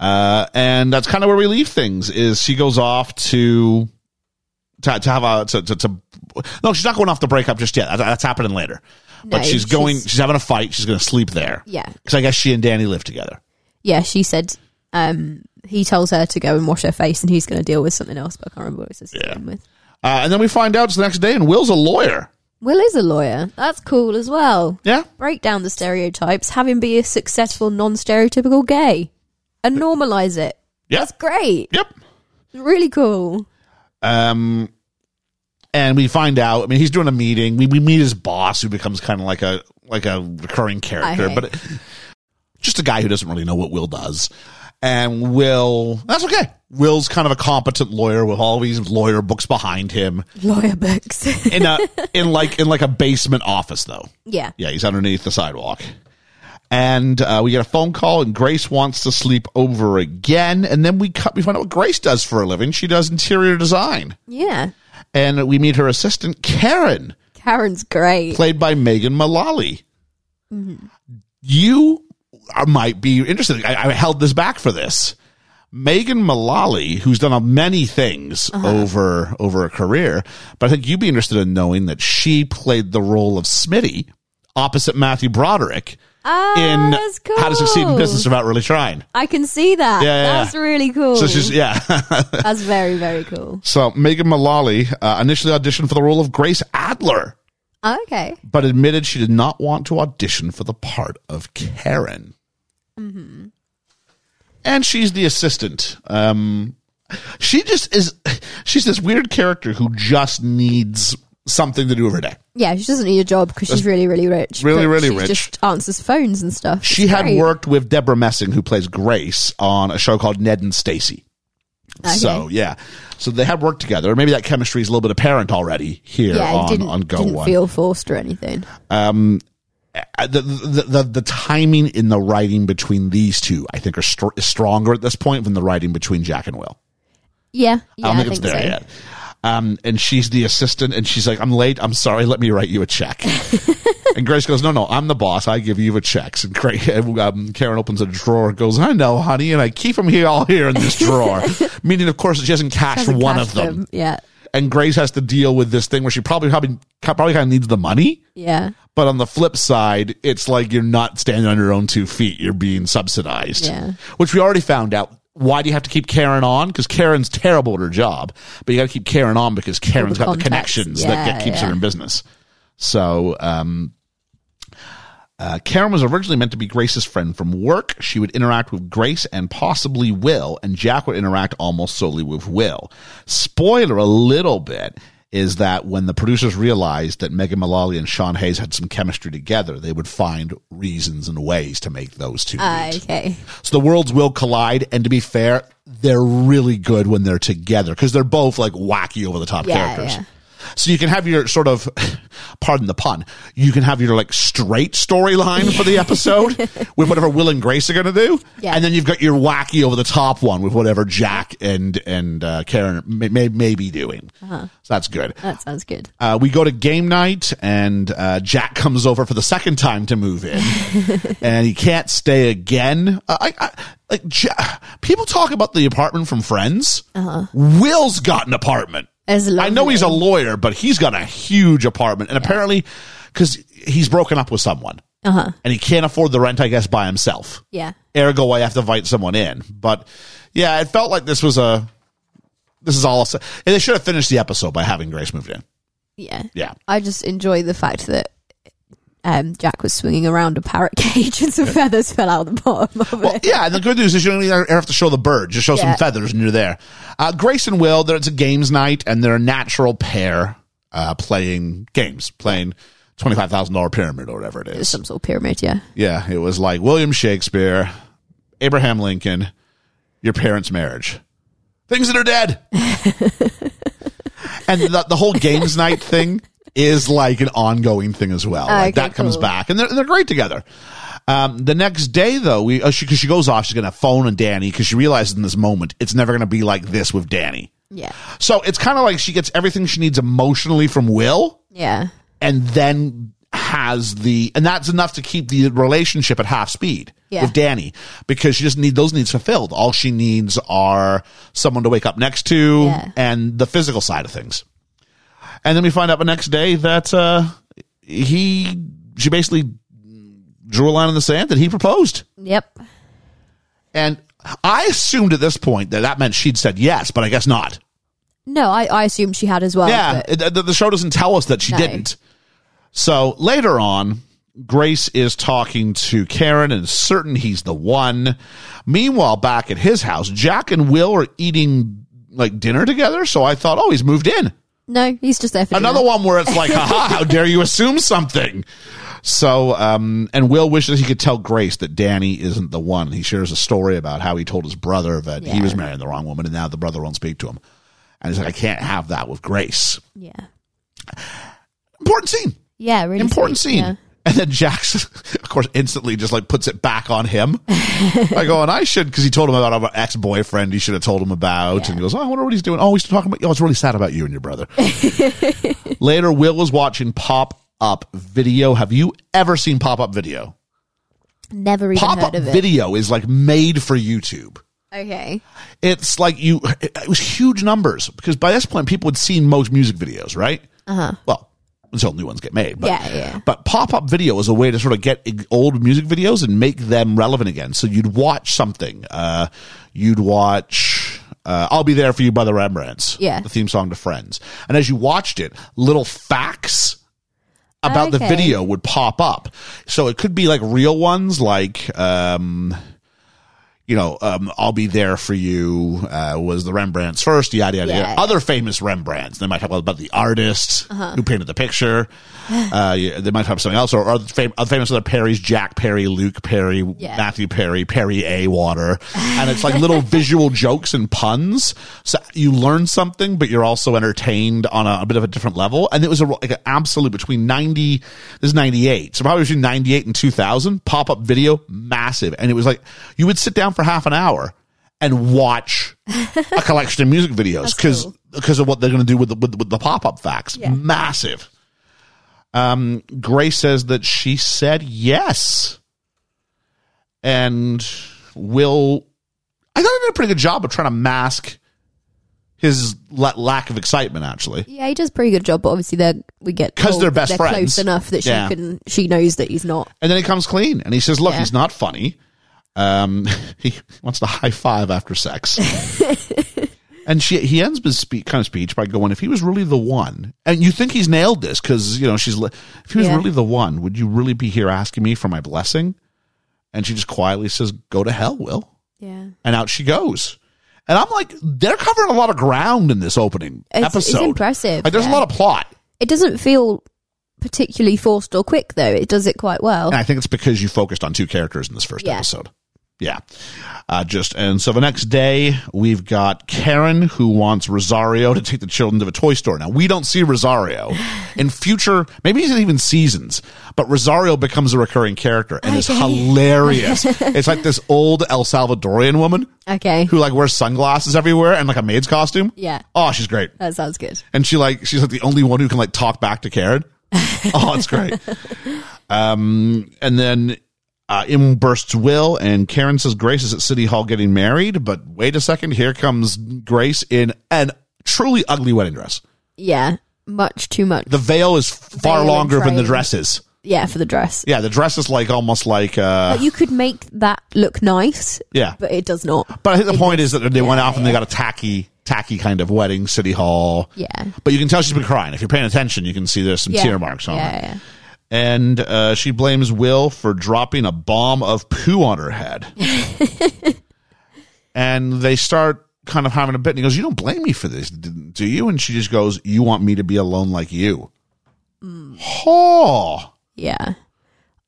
Speaker 1: uh, and that's kind of where we leave things. Is she goes off to to, to have a to, to, to no, she's not going off to break up just yet. That- That's happening later. but
Speaker 2: No,
Speaker 1: she's going. She's,
Speaker 2: she's-
Speaker 1: having a fight. She's going to sleep there.
Speaker 2: Yeah,
Speaker 1: because I guess she and Danny live together.
Speaker 2: yeah. She said, um, he tells her to go and wash her face, and he's going to deal with something else. But I can't remember what it was to begin with.
Speaker 1: Uh, and then we find out it's the next day, and Will's a lawyer.
Speaker 2: Will is a lawyer. That's cool as well.
Speaker 1: Yeah,
Speaker 2: Break down the stereotypes. Have him be a successful, non-stereotypical gay, and normalize it.
Speaker 1: yeah,
Speaker 2: That's great.
Speaker 1: yep.
Speaker 2: Really cool.
Speaker 1: Um, and we find out. I mean, he's doing a meeting. We we meet his boss, who becomes kind of like a like a recurring character,
Speaker 2: Okay.
Speaker 1: but just a guy who doesn't really know what Will does. And Will, that's okay. Will's kind of a competent lawyer with all these lawyer books behind him
Speaker 2: Lawyer books.
Speaker 1: in a in like in like a basement office though.
Speaker 2: yeah.
Speaker 1: Yeah, he's underneath the sidewalk. And uh, we get a phone call, and Grace wants to sleep over again. And then we cut. We find out what Grace does for a living. She does interior design
Speaker 2: Yeah.
Speaker 1: and we meet her assistant Karen,
Speaker 2: Karen's great.
Speaker 1: played by Megan Mullally. You are, might be interested. I, I held this back for this. Megan Mullally, who's done uh, many things
Speaker 2: Uh-huh.
Speaker 1: over over a career, but I think you'd be interested in knowing that she played the role of Smitty opposite Matthew Broderick
Speaker 2: Ah,
Speaker 1: in
Speaker 2: that's cool.
Speaker 1: How to Succeed in Business Without Really Trying.
Speaker 2: I can see that.
Speaker 1: Yeah, yeah,
Speaker 2: that's really cool.
Speaker 1: So she's yeah.
Speaker 2: that's very very cool.
Speaker 1: so Megan Mullally uh, initially auditioned for the role of Grace Adler.
Speaker 2: Okay.
Speaker 1: but admitted she did not want to audition for the part of Karen.
Speaker 2: Mm-hmm.
Speaker 1: And she's the assistant. Um, she just is. She's this weird character who just needs something to do every day.
Speaker 2: Yeah, she doesn't need a job because she's really really rich.
Speaker 1: Really,
Speaker 2: but
Speaker 1: really
Speaker 2: she
Speaker 1: rich.
Speaker 2: Just answers phones and stuff.
Speaker 1: She
Speaker 2: It's
Speaker 1: had
Speaker 2: great.
Speaker 1: worked with Deborah Messing, who plays Grace, on a show called Ned and Stacy.
Speaker 2: Okay.
Speaker 1: So yeah, so they have worked together. Maybe that chemistry is a little bit apparent already here
Speaker 2: Yeah, it
Speaker 1: on
Speaker 2: didn't,
Speaker 1: on Go
Speaker 2: didn't
Speaker 1: One.
Speaker 2: feel forced or anything.
Speaker 1: uh, the, the the the timing in the writing between these two, I think, are str- is stronger at this point than the writing between Jack and Will.
Speaker 2: Yeah, yeah,
Speaker 1: I don't think, it's there
Speaker 2: so.
Speaker 1: yet. Um, and she's the assistant, and she's like, "I'm late. I'm sorry. Let me write you a check." and Grace goes, "No, no, I'm the boss. I give you the checks." And Gra- um, Karen opens a drawer, and goes, "I know, honey, and I keep them here, all here in this drawer." Meaning, of course, she hasn't cashed
Speaker 2: Hasn't
Speaker 1: one
Speaker 2: cashed
Speaker 1: of them.
Speaker 2: Yeah,
Speaker 1: And Grace has to deal with this thing where she probably probably probably kind of needs the money.
Speaker 2: yeah,
Speaker 1: But on the flip side, it's like you're not standing on your own two feet. You're being subsidized,
Speaker 2: Yeah.
Speaker 1: which we already found out. Why do you have to keep Karen on? Because Karen's terrible at her job, but you got to keep Karen on because Karen's
Speaker 2: the
Speaker 1: got the
Speaker 2: contacts.
Speaker 1: connections that
Speaker 2: Yeah,
Speaker 1: get, keeps
Speaker 2: yeah.
Speaker 1: her in business. So, um, Uh, Karen was originally meant to be Grace's friend from work. She would interact with Grace and possibly Will, and Jack would interact almost solely with Will. Spoiler a little bit is that when the producers realized that Megan Mullally and Sean Hayes had some chemistry together, they would find reasons and ways to make those two.
Speaker 2: Ah,
Speaker 1: meet.
Speaker 2: okay.
Speaker 1: So the worlds will collide, and to be fair, they're really good when they're together because they're both like wacky, over the top
Speaker 2: Yeah,
Speaker 1: characters.
Speaker 2: yeah.
Speaker 1: So you can have your sort of, pardon the pun, you can have your like straight storyline for the episode with whatever Will and Grace are going to do,
Speaker 2: Yeah.
Speaker 1: and then you've got your wacky, over the top one with whatever Jack and and uh, Karen may, may, may be doing.
Speaker 2: Uh-huh.
Speaker 1: So that's good.
Speaker 2: That sounds good.
Speaker 1: Uh, we go to game night, and uh, Jack comes over for the second time to move in, and he can't stay again. Uh, I, I, like Ja- people talk about the apartment from Friends. Will's got an apartment.
Speaker 2: It's
Speaker 1: I know he's a
Speaker 2: lovely.
Speaker 1: lawyer, but he's got a huge apartment, and apparently, because he's broken up with someone, uh-huh. and he can't afford the rent, I guess, by himself.
Speaker 2: Yeah.
Speaker 1: Ergo, I have to invite someone in. But yeah, it felt like this was a. This is all. And they should have finished the episode by having Grace moved in.
Speaker 2: Yeah.
Speaker 1: Yeah.
Speaker 2: I just enjoy the fact that um, Jack was swinging around a parrot cage and some feathers fell out the bottom of
Speaker 1: Well,
Speaker 2: it.
Speaker 1: yeah, and the good news is you don't even have to show the bird. Just show some
Speaker 2: Yeah.
Speaker 1: feathers and you're there. Uh, Grace and Will, they're, it's a games night and they're a natural pair uh, playing games, playing $25,000 pyramid or whatever it is.
Speaker 2: Some sort of pyramid, yeah.
Speaker 1: Yeah, it was like William Shakespeare, Abraham Lincoln, your parents' marriage. Things that are dead. and the, the whole games night thing is like an ongoing thing as well. like
Speaker 2: Ah, okay,
Speaker 1: that comes
Speaker 2: cool.
Speaker 1: back, and they're, they're great together. Um, the next day, though, we because she, 'cause she goes off, she's gonna phone and Danny because she realizes in this moment it's never gonna be like this with Danny.
Speaker 2: Yeah.
Speaker 1: So it's kind of like she gets everything she needs emotionally from Will,
Speaker 2: Yeah.
Speaker 1: and then has the and that's enough to keep the relationship at half speed
Speaker 2: Yeah.
Speaker 1: with Danny because she doesn't need those needs fulfilled. All she needs are someone to wake up next to
Speaker 2: Yeah.
Speaker 1: and the physical side of things. And then we find out the next day that uh he she basically drew a line in the sand that he proposed.
Speaker 2: Yep.
Speaker 1: And I assumed at this point that that meant she'd said yes, but I guess not.
Speaker 2: No, I, I assume she had as well.
Speaker 1: Yeah,
Speaker 2: but-
Speaker 1: it- the, the show doesn't tell us that she
Speaker 2: No.
Speaker 1: didn't. So later on, Grace is talking to Karen and is certain he's the one. Meanwhile, back at his house, Jack and Will are eating like dinner together. So I thought, oh, he's moved in.
Speaker 2: no, he's just there for
Speaker 1: Another
Speaker 2: dinner.
Speaker 1: one where it's like, haha, how dare you assume something? So, um, and Will wishes he could tell Grace that Danny isn't the one. He shares a story about how he told his brother that he
Speaker 2: Yeah.
Speaker 1: was marrying the wrong woman and now the brother won't speak to him. And he's like, I can't have that with Grace.
Speaker 2: Yeah.
Speaker 1: Important scene.
Speaker 2: Yeah, really
Speaker 1: important
Speaker 2: sweet,
Speaker 1: scene.
Speaker 2: yeah.
Speaker 1: And then Jax, of course, instantly just like puts it back on him. I go, and I should, because he told him about our ex boyfriend he should have told him about. And he goes, oh, I wonder what he's doing. Oh, he's talking about, oh, it's really sad about you and your brother. Later, Will was watching Pop Up Video. Have you ever seen Pop Up Video?
Speaker 2: Never even
Speaker 1: Pop
Speaker 2: heard
Speaker 1: Up
Speaker 2: of it.
Speaker 1: Video is like made for YouTube.
Speaker 2: Okay.
Speaker 1: It's like you, it, it was huge numbers because by this point, people had seen most music videos, right? Uh huh. Well, until new ones get made. But,
Speaker 2: Uh-huh. Yeah, yeah.
Speaker 1: But pop up video is a way to sort of get ig- old music videos and make them relevant again. So you'd watch something. Uh, you'd watch. Uh, I'll be there for you by the Rembrandts.
Speaker 2: Yeah.
Speaker 1: The theme song to Friends. And as you watched it, little facts about the
Speaker 2: Okay.
Speaker 1: video would pop up. So it could be like real ones like, um, you know, um, I'll be there for you uh, was the Rembrandts first, yada yada.
Speaker 2: Yeah,
Speaker 1: yada.
Speaker 2: yeah.
Speaker 1: Other famous Rembrandts. They might talk about the artist
Speaker 2: Uh-huh.
Speaker 1: who painted the picture. Uh, yeah, they might talk about something else, or, or fam- other famous other Perrys: Jack Perry, Luke Perry,
Speaker 2: Yeah.
Speaker 1: Matthew Perry, Perry A. Water, and it's like little visual jokes and puns. So you learn something, but you're also entertained on a, a bit of a different level. And it was a, like an absolute between ninety. This is ninety eight, so probably between ninety eight and two thousand. Pop up video, massive, and it was like you would sit down for half an hour and watch a collection of music videos because
Speaker 2: cool.
Speaker 1: of what they're going to do with the, with, with the pop up facts. Massive. Um, Grace says that she said yes, and Will. I thought he did a pretty good job of trying to mask his la- lack of excitement. Actually,
Speaker 2: Yeah, he does a pretty good job, but obviously they we get
Speaker 1: 'Cause
Speaker 2: told
Speaker 1: they're
Speaker 2: that
Speaker 1: best
Speaker 2: they're
Speaker 1: friends.
Speaker 2: close enough that she
Speaker 1: Yeah.
Speaker 2: can she knows that he's not.
Speaker 1: And then he comes clean and he says, Look,
Speaker 2: Yeah.
Speaker 1: he's not funny. Um, he wants to high five after sex. And she, he ends his spe- kind of speech by going, "If he was really the one, and you think he's nailed this because you know she's, li- if he was
Speaker 2: Yeah.
Speaker 1: really the one, would you really be here asking me for my blessing?" And she just quietly says, "Go to hell, Will,"
Speaker 2: Yeah.
Speaker 1: and out she goes. And I'm like, they're covering a lot of ground in this opening
Speaker 2: It's, it's
Speaker 1: episode.
Speaker 2: impressive.
Speaker 1: Like, there's
Speaker 2: yeah.
Speaker 1: a lot of plot,
Speaker 2: It doesn't feel particularly forced or quick, though. It does it quite well.
Speaker 1: and I think it's because you focused on two characters in this first
Speaker 2: Yeah.
Speaker 1: episode. Yeah, uh, just and so the next day we've got Karen who wants Rosario to take the children to the toy store. Now we don't see Rosario in future, maybe it's even seasons, but Rosario becomes a recurring character and it's
Speaker 2: Okay.
Speaker 1: hilarious. it's like this old El Salvadorian woman
Speaker 2: Okay.
Speaker 1: who like wears sunglasses everywhere and like a maid's costume.
Speaker 2: Yeah.
Speaker 1: Oh, she's great.
Speaker 2: That sounds good.
Speaker 1: and she like she's like the only one who can like talk back to Karen. oh, it's great. Um, and then uh, in bursts Will, and Karen says Grace is at City Hall getting married. But wait a second, here comes Grace in an truly ugly wedding dress.
Speaker 2: Yeah. Much too much.
Speaker 1: The veil is far
Speaker 2: Veil and
Speaker 1: longer than the
Speaker 2: train.
Speaker 1: dress is.
Speaker 2: yeah, for the dress.
Speaker 1: Yeah, the dress is like almost like uh,
Speaker 2: But you could make that look nice,
Speaker 1: yeah.
Speaker 2: but it does not.
Speaker 1: But I think the point is that they went off and they got a tacky, tacky kind of wedding, City Hall.
Speaker 2: Yeah.
Speaker 1: But you can tell she's been crying. If you're paying attention, you can see there's some
Speaker 2: Yeah.
Speaker 1: tear marks on
Speaker 2: Yeah,
Speaker 1: her.
Speaker 2: yeah.
Speaker 1: and uh, she blames Will for dropping a bomb of poo on her head. and they start kind of having a bit. And he goes, "You don't blame me for this, d- do you?" And she just goes, "You want me to be alone like you?"
Speaker 2: Mm.
Speaker 1: Oh,
Speaker 2: Yeah.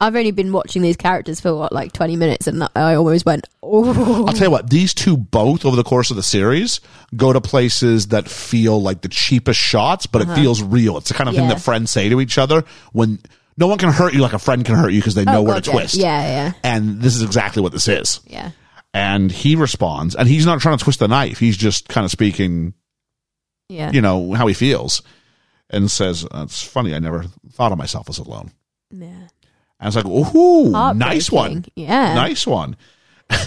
Speaker 2: I've only been watching these characters for what, like 20 minutes, and that, I almost went, oh.
Speaker 1: I'll tell you what. These two both over the course of the series go to places that feel like the cheapest shots, but it feels real. It's the kind of thing
Speaker 2: Uh-huh. Yeah.
Speaker 1: that friends say to each other when no one can hurt you like a friend can hurt you because they know
Speaker 2: Oh,
Speaker 1: where
Speaker 2: God,
Speaker 1: to
Speaker 2: yeah.
Speaker 1: twist.
Speaker 2: Yeah, yeah,
Speaker 1: And this is exactly what this is.
Speaker 2: yeah.
Speaker 1: And he responds, and he's not trying to twist the knife. He's just kind of speaking,
Speaker 2: Yeah.
Speaker 1: you know, how he feels, and says, "It's funny. I never thought of myself as alone."
Speaker 2: yeah.
Speaker 1: And I was like, "Ooh, nice
Speaker 2: Heartbreaking.
Speaker 1: one,
Speaker 2: Yeah.
Speaker 1: nice one." I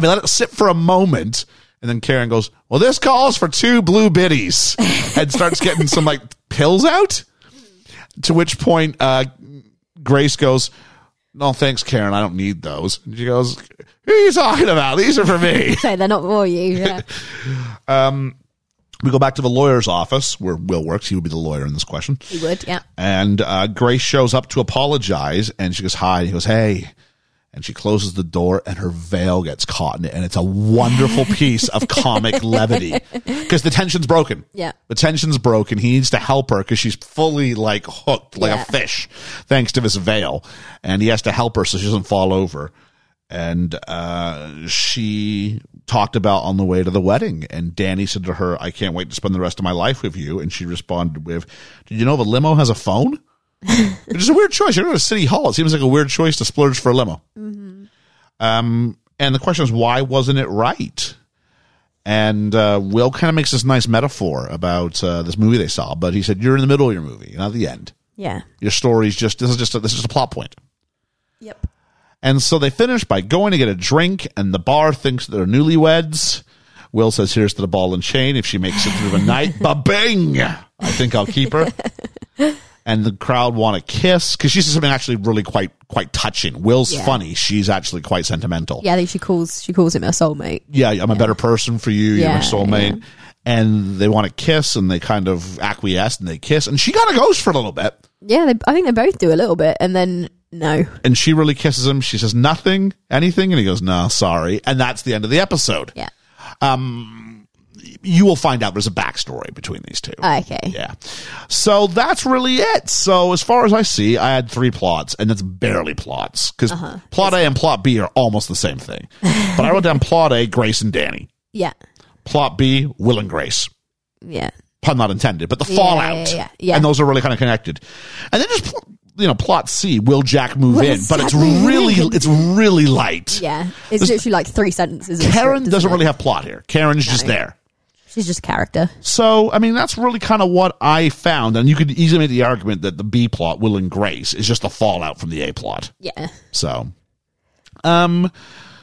Speaker 1: mean, let it sit for a moment, and then Karen goes, "Well, this calls for two blue biddies," and starts getting some like pills out. To which point, uh, Grace goes, "No, thanks, Karen. I don't need those." And she goes, "Who are you talking about? These are for me."
Speaker 2: So they're not for you. Yeah.
Speaker 1: We go back to the lawyer's office where Will works. He would be the lawyer in this question.
Speaker 2: you would, yeah.
Speaker 1: And uh, Grace shows up to apologize, and she goes, "Hi." And he goes, "Hey." And she closes the door, and her veil gets caught in it, and it's a wonderful piece of comic levity because the tension's broken.
Speaker 2: Yeah.
Speaker 1: the tension's broken. He needs to help her because she's fully like hooked, like
Speaker 2: Yeah.
Speaker 1: a fish, thanks to this veil, and he has to help her so she doesn't fall over. And uh, she talked about on the way to the wedding, and Danny said to her, "I can't wait to spend the rest of my life with you." And she responded with, "Did you know the limo has a phone?" Which is a weird choice. You're at a city hall. It seems like a weird choice to splurge for a limo. Um, and the question is, why wasn't it right? And uh, Will kind of makes this nice metaphor about uh, this movie they saw, but he said, "You're in the middle of your movie, not the end.
Speaker 2: Yeah.
Speaker 1: Your story's just this is just a, this is just a plot point."
Speaker 2: Yep.
Speaker 1: And so they finish by going to get a drink, and the bar thinks they're newlyweds. Will says, "Here's to the ball and chain. If she makes it through the night, ba bing! I think I'll keep her." And the crowd want to kiss because she says something actually really quite quite touching. Will's
Speaker 2: Yeah.
Speaker 1: funny; she's actually quite sentimental.
Speaker 2: Yeah, I think she calls she calls him her soulmate.
Speaker 1: yeah, I'm a better person for you. You're my
Speaker 2: Yeah,
Speaker 1: soulmate. And they want to kiss and they kind of acquiesce and they kiss. And she kind of goes for a little bit.
Speaker 2: Yeah, they, I think they both do a little bit, and then no.
Speaker 1: And she really kisses him. She says, nothing, anything. And he goes, no, sorry. And that's the end of the episode.
Speaker 2: Yeah.
Speaker 1: You will find out there's a backstory between these two.
Speaker 2: Oh, Okay.
Speaker 1: yeah. So that's really it. So as far as I see, I had three plots and that's barely plots because
Speaker 2: Uh-huh.
Speaker 1: plot A and plot B are almost the same thing. but I wrote down plot A, Grace and Danny.
Speaker 2: Yeah.
Speaker 1: Plot B, Will and Grace.
Speaker 2: Yeah.
Speaker 1: pun not intended, but the
Speaker 2: Yeah,
Speaker 1: fallout.
Speaker 2: yeah, yeah, yeah.
Speaker 1: And those are really kind of connected. And then just pl- you know, plot C, will Jack move
Speaker 2: Will
Speaker 1: in? But it's
Speaker 2: Jack move
Speaker 1: really
Speaker 2: in?
Speaker 1: it's really light.
Speaker 2: Yeah. It's literally like three sentences. of
Speaker 1: Karen
Speaker 2: script,
Speaker 1: doesn't
Speaker 2: isn't it?
Speaker 1: really have plot here. Karen's just there.
Speaker 2: She's just character.
Speaker 1: So, I mean, that's really kind of what I found. And you could easily make the argument that the B plot, Will and Grace, is just the fallout from the A plot.
Speaker 2: Yeah.
Speaker 1: So, um,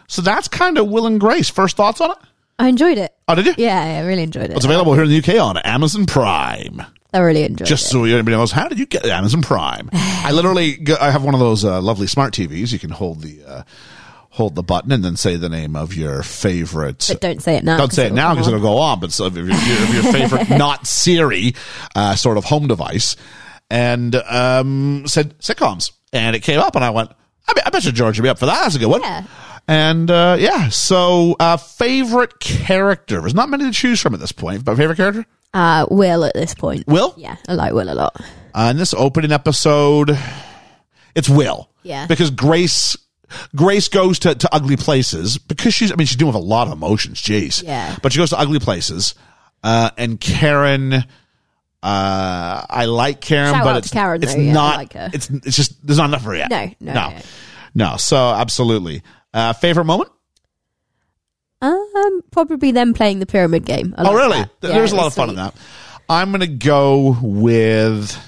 Speaker 1: so that's kind of Will and Grace. First thoughts on it?
Speaker 2: I enjoyed it.
Speaker 1: Oh, did you?
Speaker 2: Yeah, I really enjoyed it.
Speaker 1: It's available here in the UK on Amazon Prime.
Speaker 2: I really enjoyed
Speaker 1: just
Speaker 2: it.
Speaker 1: so anybody knows, how did you get Amazon Prime? I literally, go, I have one of those uh, lovely smart TVs. You can hold the uh, hold the button and then say the name of your favorite.
Speaker 2: But don't say it now.
Speaker 1: Don't say it now because
Speaker 2: come
Speaker 1: it'll go on. But so if, your- if your favorite not Siri uh, sort of home device, and um, said sitcoms, and it came up, and I went, I, bet- I bet you George would be up for that. That's a good one.
Speaker 2: Yeah.
Speaker 1: And uh, yeah, so uh, favorite character. There's not many to choose from at this point, but favorite character
Speaker 2: on. Uh, Will at this point.
Speaker 1: Will.
Speaker 2: Yeah, I like Will a lot.
Speaker 1: Uh, in this opening episode, it's Will.
Speaker 2: Yeah.
Speaker 1: Because Grace Grace goes to, to ugly places because she's I mean she's dealing with a lot of emotions, jeez.
Speaker 2: Yeah.
Speaker 1: But she goes to ugly places. Uh, and Karen uh, I like Karen,
Speaker 2: Shout
Speaker 1: but
Speaker 2: out
Speaker 1: it's,
Speaker 2: to Karen,
Speaker 1: it's
Speaker 2: though, yeah, I
Speaker 1: not
Speaker 2: like her.
Speaker 1: it's it's just there's not enough for her yet.
Speaker 2: No, no,
Speaker 1: No. No, so absolutely. Uh, favorite moment?
Speaker 2: Um, probably them playing the pyramid game. I
Speaker 1: Oh,
Speaker 2: like
Speaker 1: really?
Speaker 2: that.
Speaker 1: Th-
Speaker 2: Yeah,
Speaker 1: There's a
Speaker 2: it
Speaker 1: lot
Speaker 2: was
Speaker 1: of fun
Speaker 2: sweet.
Speaker 1: in that. I'm going to go with.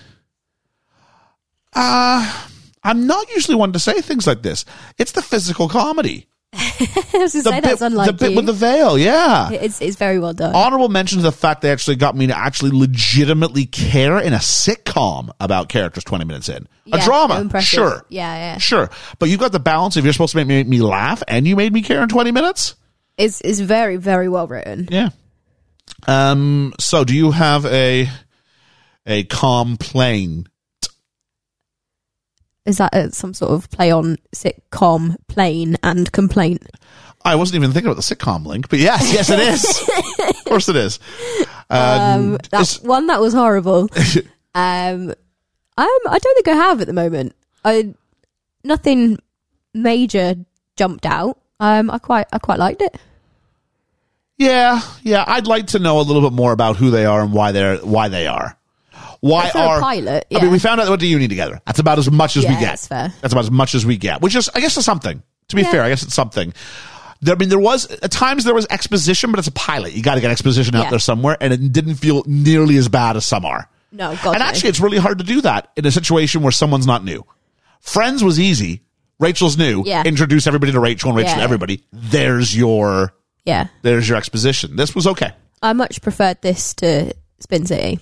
Speaker 1: Uh, I'm not usually one to say things like this. It's the physical comedy.
Speaker 2: I was going to
Speaker 1: The
Speaker 2: say
Speaker 1: bit,
Speaker 2: that's unlike
Speaker 1: the bit
Speaker 2: you.
Speaker 1: with the Oh, veil, yeah.
Speaker 2: it's, it's very well done.
Speaker 1: Honorable mention to the fact they actually got me to actually legitimately care in a sitcom about characters 20 minutes in.
Speaker 2: Yeah,
Speaker 1: a drama,
Speaker 2: impressive.
Speaker 1: sure.
Speaker 2: Yeah, yeah.
Speaker 1: Sure. But you've got the balance if you're supposed to make me, me laugh and you made me care in 20 minutes.
Speaker 2: It's, it's very, very well written.
Speaker 1: Yeah. Um. So, do you have a a complaint?
Speaker 2: Is that uh, some sort of play on sitcom, plain and complaint?
Speaker 1: I wasn't even thinking about the sitcom link, but yes, yes, it is. of course, it is. Um,
Speaker 2: Um, that
Speaker 1: it's-
Speaker 2: one that was horrible. um, I'm, I don't think I have at the moment. I nothing major jumped out. Um, I quite I quite liked it.
Speaker 1: yeah, yeah. I'd like to know a little bit more about who they are and why they're why they are. Why
Speaker 2: For
Speaker 1: are
Speaker 2: a pilot, yeah.
Speaker 1: I mean, we found out they went to uni together. That's about as much as we
Speaker 2: Yeah,
Speaker 1: get.
Speaker 2: that's fair.
Speaker 1: That's about as much as we get, which is, I guess, is something. To be
Speaker 2: Yeah.
Speaker 1: fair, I guess it's something. There, I mean, there was at times there was exposition, but it's a pilot. You got to get exposition out
Speaker 2: Yeah.
Speaker 1: there somewhere, and it didn't feel nearly as bad as some are.
Speaker 2: no, God,
Speaker 1: and
Speaker 2: no.
Speaker 1: actually, it's really hard to do that in a situation where someone's not new. Friends was easy. Rachel's new.
Speaker 2: Yeah.
Speaker 1: Introduce everybody to Rachel and Rachel to
Speaker 2: Yeah.
Speaker 1: everybody. There's your
Speaker 2: yeah,
Speaker 1: there's your exposition. This was okay.
Speaker 2: I much preferred this to Spin City.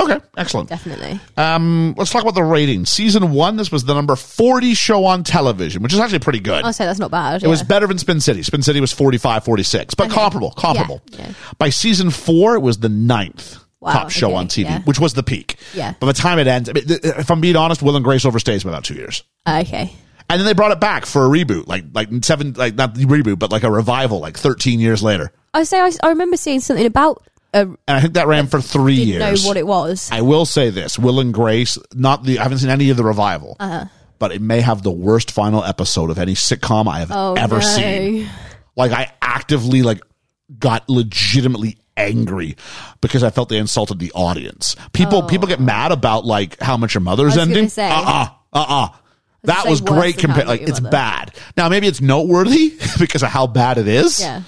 Speaker 1: Okay, excellent.
Speaker 2: Definitely,
Speaker 1: Um, let's talk about the ratings. Season one, this was the number 40 show on television, which is actually pretty good.
Speaker 2: I'll say that's not bad.
Speaker 1: It was better than Spin City. Spin City was 45, 46, but comparable, comparable.
Speaker 2: yeah.
Speaker 1: By season four, it was the ninth
Speaker 2: Wow,
Speaker 1: top show
Speaker 2: okay,
Speaker 1: on TV,
Speaker 2: yeah.
Speaker 1: which was the peak.
Speaker 2: Yeah.
Speaker 1: By the time it ends, I mean, th- if I'm being honest, Will and Grace overstays by about two years.
Speaker 2: Ah, okay.
Speaker 1: And then they brought it back for a reboot, like like seven, like not the reboot, but like a revival, like 13 years later.
Speaker 2: I say I, I remember seeing something about. Uh,
Speaker 1: And I think that ran for 3
Speaker 2: didn't
Speaker 1: years.
Speaker 2: know what it was.
Speaker 1: I will say this: Will and Grace. Not the I haven't seen any of the revival,
Speaker 2: Uh-huh.
Speaker 1: but it may have the worst final episode of any sitcom I have
Speaker 2: Oh,
Speaker 1: ever
Speaker 2: no.
Speaker 1: seen. Like I actively like got legitimately angry because I felt they insulted the audience. People people get mad about like how much your mother's
Speaker 2: Oh. I was gonna
Speaker 1: ending.
Speaker 2: say.
Speaker 1: Uh uh uh uh. That
Speaker 2: say
Speaker 1: was
Speaker 2: worse
Speaker 1: great
Speaker 2: than How I
Speaker 1: compared.
Speaker 2: Met
Speaker 1: Like
Speaker 2: Your
Speaker 1: it's
Speaker 2: Mother.
Speaker 1: bad. Now maybe it's noteworthy because of how bad it is.
Speaker 2: Yeah.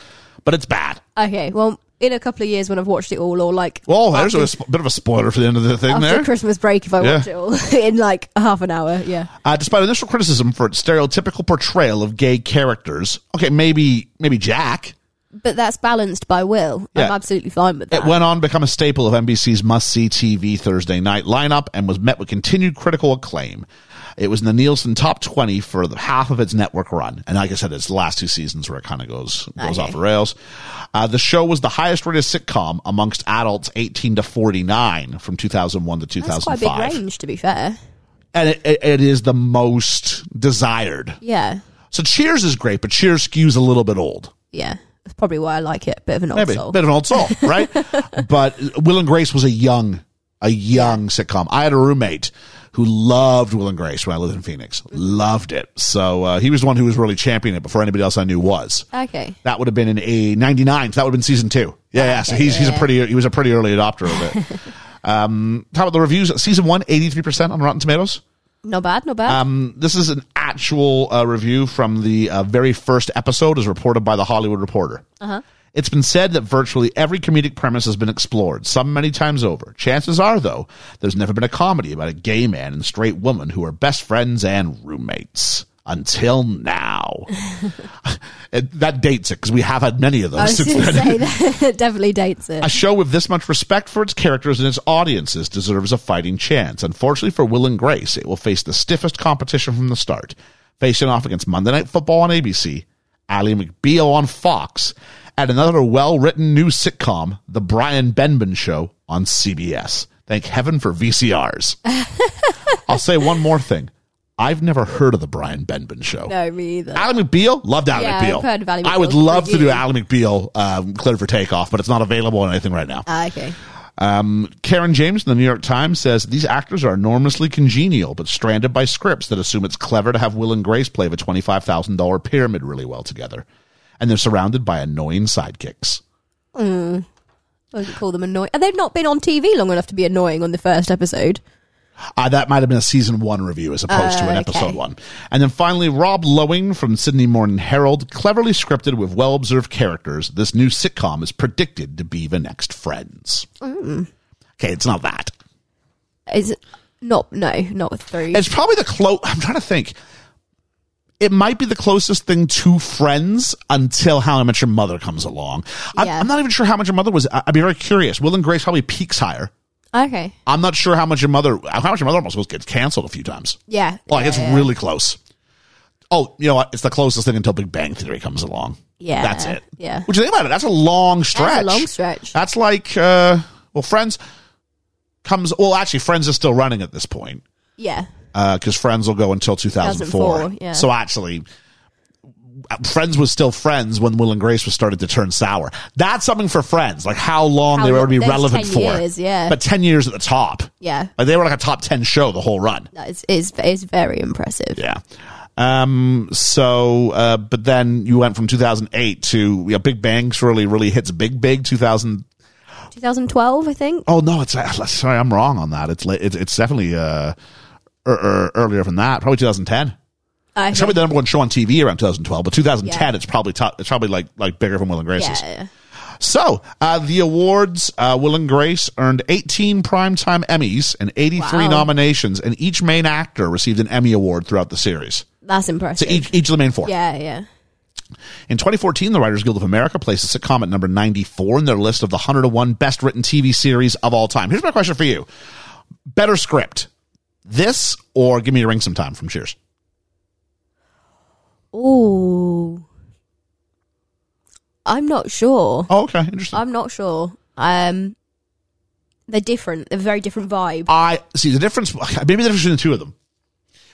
Speaker 1: But it's bad.
Speaker 2: Okay, well, in a couple of years when I've watched it all, or like
Speaker 1: Well, there's a sp- bit of a spoiler for the end of the thing
Speaker 2: after
Speaker 1: there.
Speaker 2: Christmas break, if I
Speaker 1: Yeah.
Speaker 2: watch it all in like half an hour, yeah.
Speaker 1: Uh, despite initial criticism for its stereotypical portrayal of gay characters, okay, maybe maybe Jack,
Speaker 2: But that's balanced by Will. I'm
Speaker 1: Yeah.
Speaker 2: absolutely fine with
Speaker 1: it
Speaker 2: that.
Speaker 1: went on to become a staple of NBC's must-see TV Thursday night lineup and was met with continued critical acclaim. It was in the Nielsen top twenty for the half of its network run, and like I said, it's the last two seasons where it kind of goes goes
Speaker 2: Okay.
Speaker 1: off the rails. Uh, the show was the highest-rated sitcom amongst adults eighteen to forty-nine from two thousand one to two thousand
Speaker 2: that's quite a big
Speaker 1: five,
Speaker 2: range, to be fair.
Speaker 1: and it, it, it is the most desired.
Speaker 2: Yeah,
Speaker 1: So Cheers is great, but Cheers skews a little bit old.
Speaker 2: yeah. That's probably why I like it. Bit of an old
Speaker 1: Maybe
Speaker 2: soul.
Speaker 1: bit of an old soul, right? but Will and Grace was a young, a young sitcom. I had a roommate who loved Will and Grace when I lived in Phoenix. Loved it. So uh, he was the one who was really championing it before anybody else I knew was.
Speaker 2: okay.
Speaker 1: That would have been in a ninety nine. So that would have been season two. Yeah, yeah. So he's he's a pretty he was a pretty early adopter of it. um, how about the reviews? Season one, 83 percent on Rotten Tomatoes.
Speaker 2: Not bad, not bad.
Speaker 1: Um, this is an actual uh, review from the uh, very first episode, as reported by the Hollywood Reporter. Uh-huh. It's been said that virtually every comedic premise has been explored, some many times over. Chances are, though, there's never been a comedy about a gay man and straight woman who are best friends and roommates. Until now. It- that dates it because we have had many of those
Speaker 2: I was
Speaker 1: since
Speaker 2: going to
Speaker 1: then.
Speaker 2: say that it definitely dates it.
Speaker 1: A show with this much respect for its characters and its audiences deserves a fighting chance. Unfortunately for Will and Grace, it will face the stiffest competition from the start, facing off against Monday Night Football on ABC, Ally McBeal on Fox, and another well written new sitcom, The Brian Benman Show, on CBS. Thank heaven for VCRs. I'll say one more thing. I've never heard of The Brian Benman Show.
Speaker 2: No, me either.
Speaker 1: Ally McBeal, loved Ally
Speaker 2: Yeah,
Speaker 1: McBeal.
Speaker 2: I've heard of Ally
Speaker 1: I would
Speaker 2: McBeal.
Speaker 1: love to
Speaker 2: Thank
Speaker 1: do
Speaker 2: you.
Speaker 1: Ally McBeal um, cleared for takeoff, but it's not available on anything right now.
Speaker 2: Ah, okay.
Speaker 1: Um, Karen James in the New York Times says these actors are enormously congenial, but stranded by scripts that assume it's clever to have Will and Grace play the twenty-five thousand dollar pyramid really well together, and they're surrounded by annoying sidekicks.
Speaker 2: I wouldn't call them annoying. And they've not been on TV long enough to be annoying on the first episode.
Speaker 1: Uh, that might have been a season one review as opposed to an
Speaker 2: Uh, okay.
Speaker 1: episode one. And then finally, Rob Lowing from Sydney Morning Herald, cleverly scripted with well observed characters, this new sitcom is predicted to be the next Friends.
Speaker 2: Mm.
Speaker 1: Okay, it's not that.
Speaker 2: Is it not? No, not with three.
Speaker 1: It's probably the close. I'm trying to think. It might be the closest thing to Friends until How I Met Your Mother comes along. I'm,
Speaker 2: Yeah.
Speaker 1: I'm not even sure How Much Your Mother was. I- I'd be very curious. Will and Grace probably peaks higher.
Speaker 2: okay.
Speaker 1: I'm not sure how much your mother. How much your mother almost gets canceled a few times.
Speaker 2: Yeah.
Speaker 1: Like
Speaker 2: yeah,
Speaker 1: it's
Speaker 2: yeah.
Speaker 1: really close. Oh, you know what? It's the closest thing until Big Bang Theory comes along.
Speaker 2: Yeah.
Speaker 1: that's it.
Speaker 2: Yeah.
Speaker 1: Which you think about it, that's a long stretch.
Speaker 2: That's a long stretch.
Speaker 1: That's like, uh, well, Friends comes. Well, actually, Friends is still running at this point
Speaker 2: Yeah.
Speaker 1: because Friends will go until 2004.
Speaker 2: 2004, yeah.
Speaker 1: So actually, uh, Friends was still Friends when Will and Grace was started to turn sour. That's something for Friends, like how long
Speaker 2: How
Speaker 1: they were to be
Speaker 2: long- those
Speaker 1: relevant
Speaker 2: 10
Speaker 1: for.
Speaker 2: years, yeah.
Speaker 1: But 10 years at the top.
Speaker 2: Yeah.
Speaker 1: Like they were like a top 10 show the whole run.
Speaker 2: That is is is very impressive.
Speaker 1: Yeah. Um, so, uh, but then you went from 2008 to, you know, Big Bang surely really hits big, big 2000-
Speaker 2: 2012, I think.
Speaker 1: Oh no, it's uh, sorry, I'm wrong on that. It's la- it's, it's definitely uh, er, er, earlier than that. Probably 2010.
Speaker 2: I
Speaker 1: It's probably the number one show on TV around 2012, but 2010
Speaker 2: Yeah.
Speaker 1: it's probably top, it's probably like like bigger than Will and Grace's.
Speaker 2: yeah.
Speaker 1: So uh, the awards, uh, Will and Grace earned 18 primetime Emmys and 83
Speaker 2: Wow.
Speaker 1: nominations, and each main actor received an Emmy award throughout the series.
Speaker 2: That's
Speaker 1: So
Speaker 2: impressive.
Speaker 1: each each of the main four.
Speaker 2: yeah, yeah.
Speaker 1: In 2014, the Writers Guild of America placed the sitcom at number 94 in their list of the 101 best written TV series of all time. Here's my question for you Better script, this or Give Me a Ring Sometime from Cheers?
Speaker 2: Ooh. I'm not sure.
Speaker 1: Oh, okay. Interesting.
Speaker 2: I'm not sure. Um they're different. They're very different vibe.
Speaker 1: I see the difference, maybe the difference between the two of them.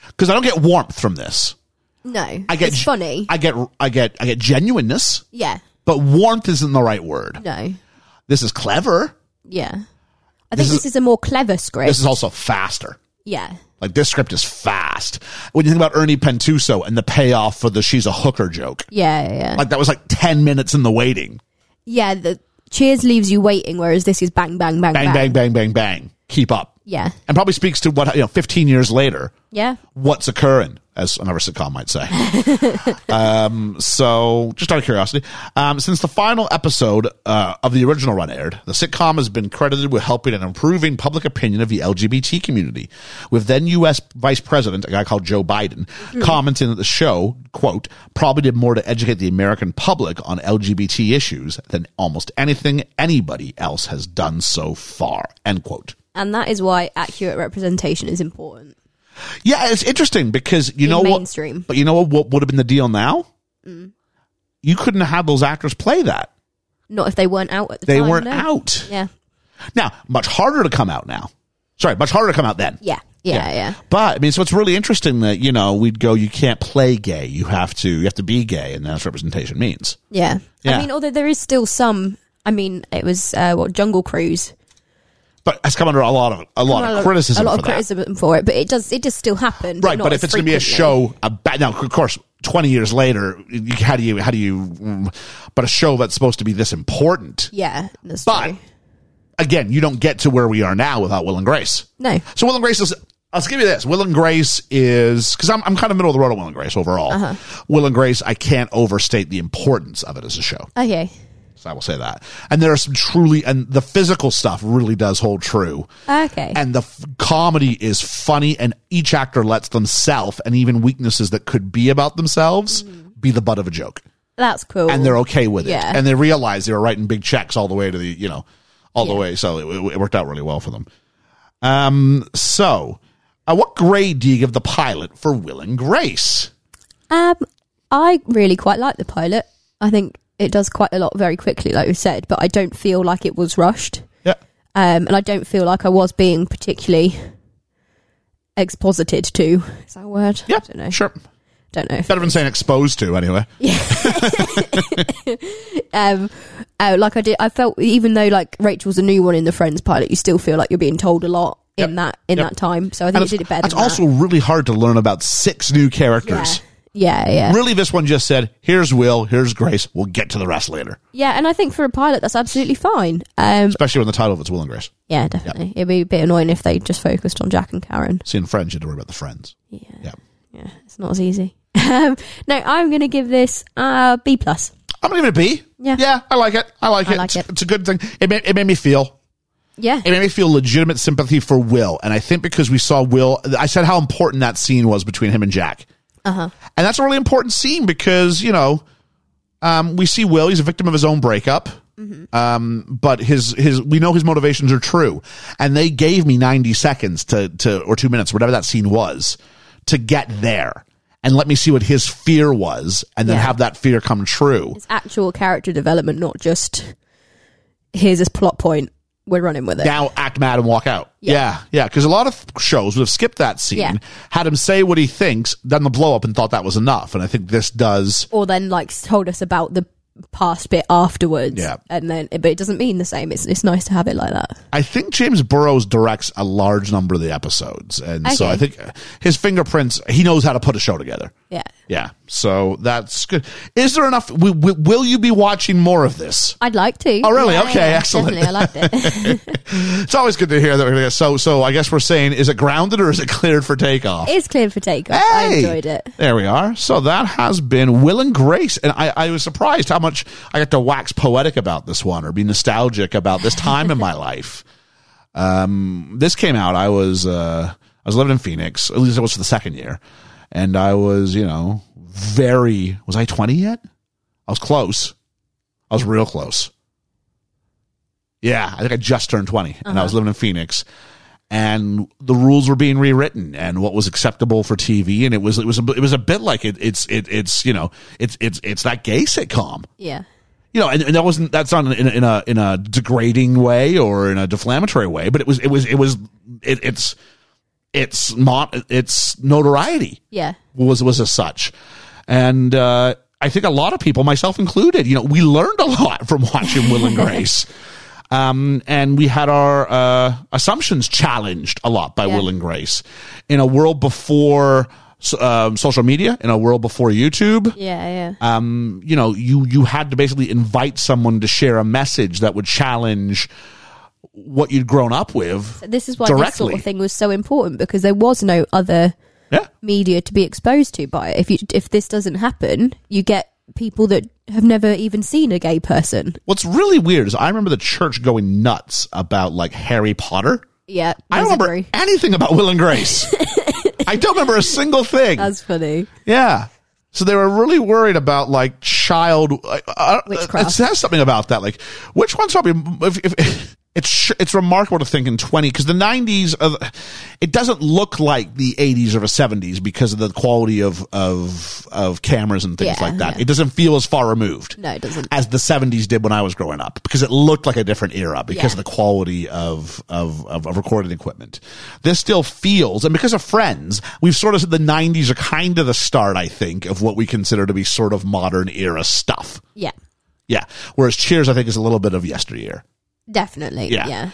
Speaker 1: Because I don't get warmth from this.
Speaker 2: No.
Speaker 1: I get
Speaker 2: it's funny.
Speaker 1: I get, I get, I get genuineness,
Speaker 2: yeah.
Speaker 1: but warmth isn't the right word.
Speaker 2: No.
Speaker 1: This is clever.
Speaker 2: Yeah. I
Speaker 1: This
Speaker 2: think
Speaker 1: is-
Speaker 2: this is a more clever script.
Speaker 1: This is also faster.
Speaker 2: yeah.
Speaker 1: Like this script is fast. When you think about Ernie Pentuso and the payoff for the she's a hooker joke,
Speaker 2: Yeah, yeah, yeah.
Speaker 1: like that was like 10 minutes in the waiting
Speaker 2: yeah, the Cheers leaves you waiting whereas this is bang bang bang bang.
Speaker 1: bang bang bang bang bang keep up
Speaker 2: Yeah.
Speaker 1: and probably speaks to what you know 15 years later
Speaker 2: Yeah.
Speaker 1: what's occurring as another sitcom might say um, so just out of curiosity um, since the final episode uh, of the original run aired the sitcom has been credited with helping and improving public opinion of the lgbt community with then u.s vice president a guy called joe biden commenting that the show quote probably did more to educate the american public on lgbt issues than almost anything anybody else has done so far end quote
Speaker 2: And that is why accurate representation is important.
Speaker 1: Yeah, it's interesting because you know
Speaker 2: mainstream. Mm.
Speaker 1: what, but you know what, what would have been the deal now? You couldn't have had those actors play that;
Speaker 2: Not if they weren't out at the
Speaker 1: they
Speaker 2: time.
Speaker 1: weren't
Speaker 2: no.
Speaker 1: out.
Speaker 2: Yeah.
Speaker 1: Now, much harder to come out now. Sorry, much harder to come out then.
Speaker 2: Yeah. Yeah, yeah.
Speaker 1: But I mean, so it's really interesting that you know we'd go. You can't play gay. You have to. You have to be gay, and that's what representation means.
Speaker 2: Yeah.
Speaker 1: Yeah.
Speaker 2: I mean, although there is still some. I mean, it was uh, what Jungle Cruise.
Speaker 1: But it's come under a lot of a lot of criticism.
Speaker 2: A lot
Speaker 1: for
Speaker 2: of
Speaker 1: that.
Speaker 2: criticism for it, but it does. It does still happen.
Speaker 1: right? But
Speaker 2: not
Speaker 1: if
Speaker 2: as
Speaker 1: it's going to be a
Speaker 2: frequently.
Speaker 1: show about now, of course, twenty years later, you- how do you how do you? mm, But a show that's supposed to be this important.
Speaker 2: yeah, that's
Speaker 1: But
Speaker 2: true.
Speaker 1: again, you don't get to where we are now without Will and Grace.
Speaker 2: No,
Speaker 1: So Will and Grace is. I'll give you this. Will and Grace is because I'm I'm kind of middle of the road on Will and Grace overall. Will and Grace, I can't overstate the importance of it as a show.
Speaker 2: okay,
Speaker 1: So I will say that. And there are some truly and the physical stuff really does hold true.
Speaker 2: okay,
Speaker 1: And the f- comedy is funny, and each actor lets themselves and even weaknesses that could be about themselves be the butt of a joke
Speaker 2: that's cool.
Speaker 1: and they're okay with it.
Speaker 2: Yeah.
Speaker 1: And they realize they were writing big checks all the way to the, you know, all the
Speaker 2: Yeah.
Speaker 1: way. So it, it worked out really well for them. Um, so uh, what grade do you give the pilot for Will and Grace?
Speaker 2: um, I really quite like the pilot. I think it does quite a lot very quickly, like we said, but I don't feel like it was rushed.
Speaker 1: Yeah.
Speaker 2: Um, and I don't feel like I was being particularly exposited to. Is that a word?
Speaker 1: Yeah.
Speaker 2: I don't know.
Speaker 1: Sure.
Speaker 2: Don't know. If
Speaker 1: Better than saying exposed to, anyway.
Speaker 2: um, uh, like I did, I felt even though like Rachel's a new one in the Friends pilot, you still feel like you're being told a lot in
Speaker 1: Yep.
Speaker 2: that in
Speaker 1: Yep.
Speaker 2: that time. So I think you
Speaker 1: it's,
Speaker 2: did it better.
Speaker 1: it's
Speaker 2: than that.
Speaker 1: also really hard to learn about six new
Speaker 2: yeah,
Speaker 1: characters.
Speaker 2: yeah, yeah,
Speaker 1: Really, this one just said, here's Will, here's Grace, we'll get to the rest later.
Speaker 2: yeah. And I think for a pilot, that's absolutely fine. Um,
Speaker 1: Especially when the title of it's Will and Grace.
Speaker 2: yeah, definitely. It'd be a bit annoying if they just focused on Jack and Karen.
Speaker 1: See, in Friends, you had to worry about the friends.
Speaker 2: Yeah,
Speaker 1: Yeah.
Speaker 2: yeah. It's not as easy. um, no, I'm going to give this uh, B plus.
Speaker 1: I'm going to give it a B.
Speaker 2: Yeah.
Speaker 1: Yeah, I like it. I like
Speaker 2: I
Speaker 1: it.
Speaker 2: like
Speaker 1: it's,
Speaker 2: it.
Speaker 1: it's a good thing. It made, it made me feel
Speaker 2: Yeah,
Speaker 1: it made me feel legitimate sympathy for Will. And I think because we saw Will, I said how important that scene was between him and Jack.
Speaker 2: Uh-huh.
Speaker 1: And that's a really important scene because, you know, um, we see Will, he's a victim of his own breakup.
Speaker 2: Mm-hmm.
Speaker 1: Um, but his, his, we know his motivations are true. And they gave me 90 seconds to, to, or two minutes, whatever that scene was, to get there and let me see what his fear was and then
Speaker 2: Yeah.
Speaker 1: have that fear come true.
Speaker 2: it's actual character development, not just here's this plot point. We're running with it.
Speaker 1: now act mad and walk out. Yeah, yeah. Because a lot of shows would have skipped that scene,
Speaker 2: Yeah.
Speaker 1: had him say what he thinks, done the blow up, and thought that was enough. And I think this does.
Speaker 2: or then like told us about the past bit afterwards.
Speaker 1: Yeah.
Speaker 2: And then, but it doesn't mean the same. It's it's nice to have it like that.
Speaker 1: I think James Burrows directs a large number of the episodes, and so
Speaker 2: Okay.
Speaker 1: I think his fingerprints. He knows how to put a show together.
Speaker 2: Yeah.
Speaker 1: Yeah, so that's good. Is there enough? Will, will, will you be watching more of this?
Speaker 2: I'd like to.
Speaker 1: Oh, really?
Speaker 2: Yeah,
Speaker 1: Okay,
Speaker 2: yeah,
Speaker 1: excellent.
Speaker 2: Definitely, I liked it.
Speaker 1: It's always good to hear that. We're gonna, so, so I guess we're saying, is it grounded or is it cleared for takeoff?
Speaker 2: it's cleared for takeoff. I
Speaker 1: Hey!
Speaker 2: enjoyed it.
Speaker 1: There we are. So that has been Will and Grace. And I, I was surprised how much I got to wax poetic about this one or be nostalgic about this time in my life. Um, this came out, I was, uh, I was living in Phoenix, at least I was for the second year. And I was, you know, very, was I 20 yet? I was close. I was real close. Yeah, I think I just turned 20 and I was living in Phoenix and the rules were being rewritten and what was acceptable for TV and it was it was a, it was a bit like it, it's it, it's you know it's it's it's that gay sitcom
Speaker 2: Yeah.
Speaker 1: you know and, and that wasn't that's not in a, in a in a degrading way or in a deflammatory way but it was it was it was it, it's it's not it's notoriety
Speaker 2: Yeah.
Speaker 1: was was as such, and uh, I think a lot of people, myself included, you know, we learned a lot from watching Will and Grace, um, and we had our uh, assumptions challenged a lot by
Speaker 2: Yeah.
Speaker 1: Will and Grace in a world before so- um, social media, in a world before YouTube.
Speaker 2: Yeah. Yeah.
Speaker 1: Um, you know, you you had to basically invite someone to share a message that would challenge what you'd grown up with.
Speaker 2: this is why this sort
Speaker 1: directly.
Speaker 2: of thing was so important because there was no other
Speaker 1: Yeah.
Speaker 2: media to be exposed to by it. If you if this doesn't happen, you get people that have never even seen a gay person.
Speaker 1: What's really weird is I remember the church going nuts about like Harry Potter.
Speaker 2: Yeah.
Speaker 1: I don't remember
Speaker 2: disagree.
Speaker 1: anything about Will and Grace. I don't remember a single thing.
Speaker 2: That's funny.
Speaker 1: yeah. So they were really worried about like child uh, uh,
Speaker 2: Witchcraft.
Speaker 1: It says something about that. Like which one's probably if, if, it's sh- it's remarkable to think in twenty because the nineties of it doesn't look like the eighties or the seventies because of the quality of of of cameras and things
Speaker 2: Yeah,
Speaker 1: like that.
Speaker 2: yeah.
Speaker 1: It doesn't feel as far removed
Speaker 2: No, it doesn't.
Speaker 1: as the 70s did when I was growing up because it looked like a different era because
Speaker 2: Yeah.
Speaker 1: of the quality of, of, of, of recording equipment. This still feels, and because of Friends, we've sort of said the 90s are kind of the start, I think, of what we consider to be sort of modern era stuff.
Speaker 2: Yeah.
Speaker 1: Yeah. Whereas Cheers, I think, is a little bit of yesteryear.
Speaker 2: Definitely.
Speaker 1: Yeah.
Speaker 2: yeah.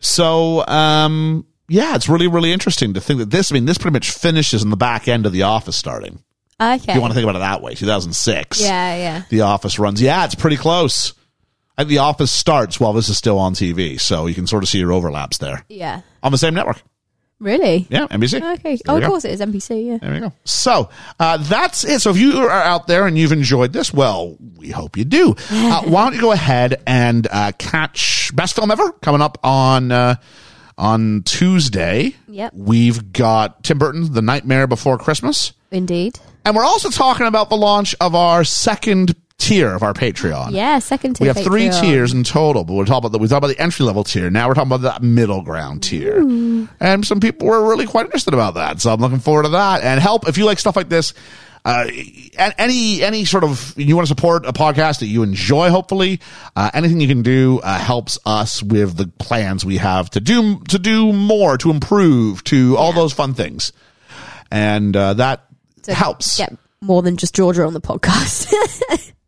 Speaker 1: So, um, yeah, it's really, really interesting to think that this, I mean, this pretty much finishes in the back end of The Office starting.
Speaker 2: Okay.
Speaker 1: If you want to think about it that way, 2006.
Speaker 2: yeah, yeah.
Speaker 1: The Office runs. Yeah, it's pretty close. And The Office starts while this is still on TV, so you can sort of see your overlaps there
Speaker 2: Yeah.
Speaker 1: on the same network.
Speaker 2: Really?
Speaker 1: Yeah, NBC.
Speaker 2: Okay.
Speaker 1: There
Speaker 2: oh,
Speaker 1: we
Speaker 2: of
Speaker 1: go.
Speaker 2: course it is NPC, yeah.
Speaker 1: There we go. So uh, that's it. So if you are out there and you've enjoyed this, well, we hope you do. Uh, why don't you go ahead and uh, catch Best Film Ever coming up on uh, on Tuesday?
Speaker 2: Yep.
Speaker 1: We've got Tim Burton's The Nightmare Before Christmas.
Speaker 2: Indeed.
Speaker 1: And we're also talking about the launch of our second tier of our Patreon.
Speaker 2: Yeah, second tier.
Speaker 1: We have three
Speaker 2: Patreon.
Speaker 1: tiers in total, but we're talking about the we talk about the entry level tier. Now we're talking about that middle ground tier, and some people were really quite interested about that. So I'm looking forward to that. And help if you like stuff like this. Uh, a- any any sort of you want to support a podcast that you enjoy, hopefully uh, anything you can do uh, helps us with the plans we have to do to do more, to improve, to all those fun things, and uh, that
Speaker 2: So
Speaker 1: helps.
Speaker 2: Get more than just Georgia on the podcast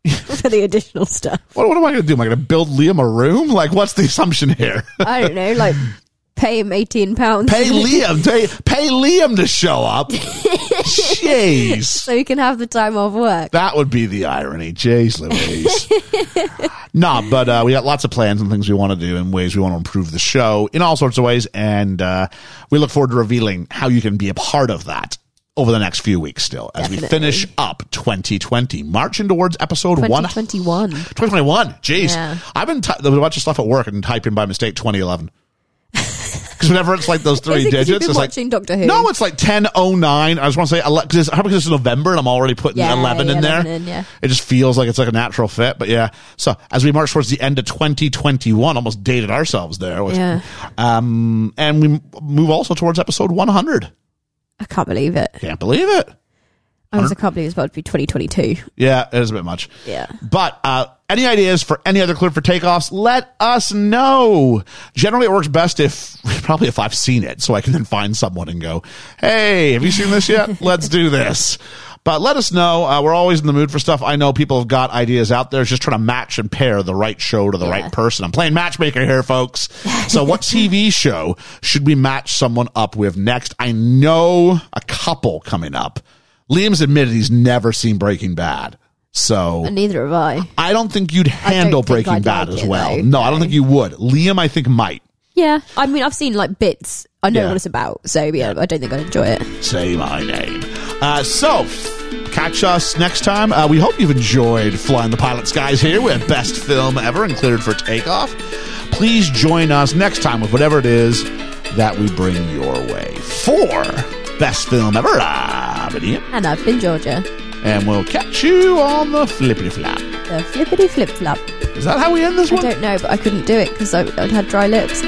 Speaker 2: for the additional stuff.
Speaker 1: What, what am I going to do? Am I going to build Liam a room? Like, what's the assumption here?
Speaker 2: I don't know, like pay him eighteen pounds
Speaker 1: pay Liam, pay, pay Liam to show up. Jeez.
Speaker 2: so he can have the time off work.
Speaker 1: That would be the irony. Jeez Louise. nah, but uh, we got lots of plans and things we want to do and ways we want to improve the show in all sorts of ways. And uh, we look forward to revealing how you can be a part of that over the next few weeks still as we
Speaker 2: Definitely.
Speaker 1: finish up 2020, marching towards episode one.
Speaker 2: Twenty twenty one.
Speaker 1: 2021. Jeez.
Speaker 2: Yeah.
Speaker 1: I've been, t- there was a bunch of stuff at work and typing by mistake 2011. Because whenever it's like those three
Speaker 2: Is it 'cause
Speaker 1: digits,
Speaker 2: you've been
Speaker 1: it's like
Speaker 2: watching Doctor Who?
Speaker 1: no, it's like ten oh nine. I just want to say ele- cause it's, probably because it's November and I'm already putting
Speaker 2: Yeah,
Speaker 1: eleven in
Speaker 2: yeah,
Speaker 1: there.
Speaker 2: 11 in, yeah.
Speaker 1: It just feels like it's like a natural fit. But yeah, so as we march towards the end of 2021, almost dated ourselves there. Which,
Speaker 2: Yeah.
Speaker 1: Um, and we m- move also towards episode 100.
Speaker 2: I can't believe it.
Speaker 1: Can't believe it.
Speaker 2: I also can't believe it's about to be twenty twenty two.
Speaker 1: Yeah, it is a bit much.
Speaker 2: Yeah.
Speaker 1: But uh, any ideas for any other clip for takeoffs? Let us know. Generally, it works best if probably if I've seen it, so I can then find someone and go, "Hey, have you seen this yet? Let's do this." But let us know. Uh, we're always in the mood for stuff. I know people have got ideas out there. It's just trying to match and pair the right show to the right person. I'm playing matchmaker here, folks. So, what TV show should we match someone up with next? I know a couple coming up. Liam's admitted he's never seen Breaking Bad. So
Speaker 2: And neither have I.
Speaker 1: I don't think you'd handle
Speaker 2: think
Speaker 1: Breaking
Speaker 2: I'd
Speaker 1: Bad
Speaker 2: like
Speaker 1: as
Speaker 2: it,
Speaker 1: well.
Speaker 2: though.
Speaker 1: no, I don't think you would. Liam, I think might.
Speaker 2: Yeah. I mean I've seen like bits. I know
Speaker 1: Yeah.
Speaker 2: what it's about. So yeah, I don't think I'd enjoy it.
Speaker 1: Say my name. Uh, so, f- catch us next time. Uh, we hope you've enjoyed Flying the Pilot Skies here. We're best film ever and cleared for takeoff. Please join us next time with whatever it is that we bring your way. For best film ever, i
Speaker 2: And I've been Georgia.
Speaker 1: and we'll catch you on the flippity flap.
Speaker 2: The flippity flip flop.
Speaker 1: Is that how we end this
Speaker 2: I
Speaker 1: one?
Speaker 2: don't know, but I couldn't do it because I'd had dry lips.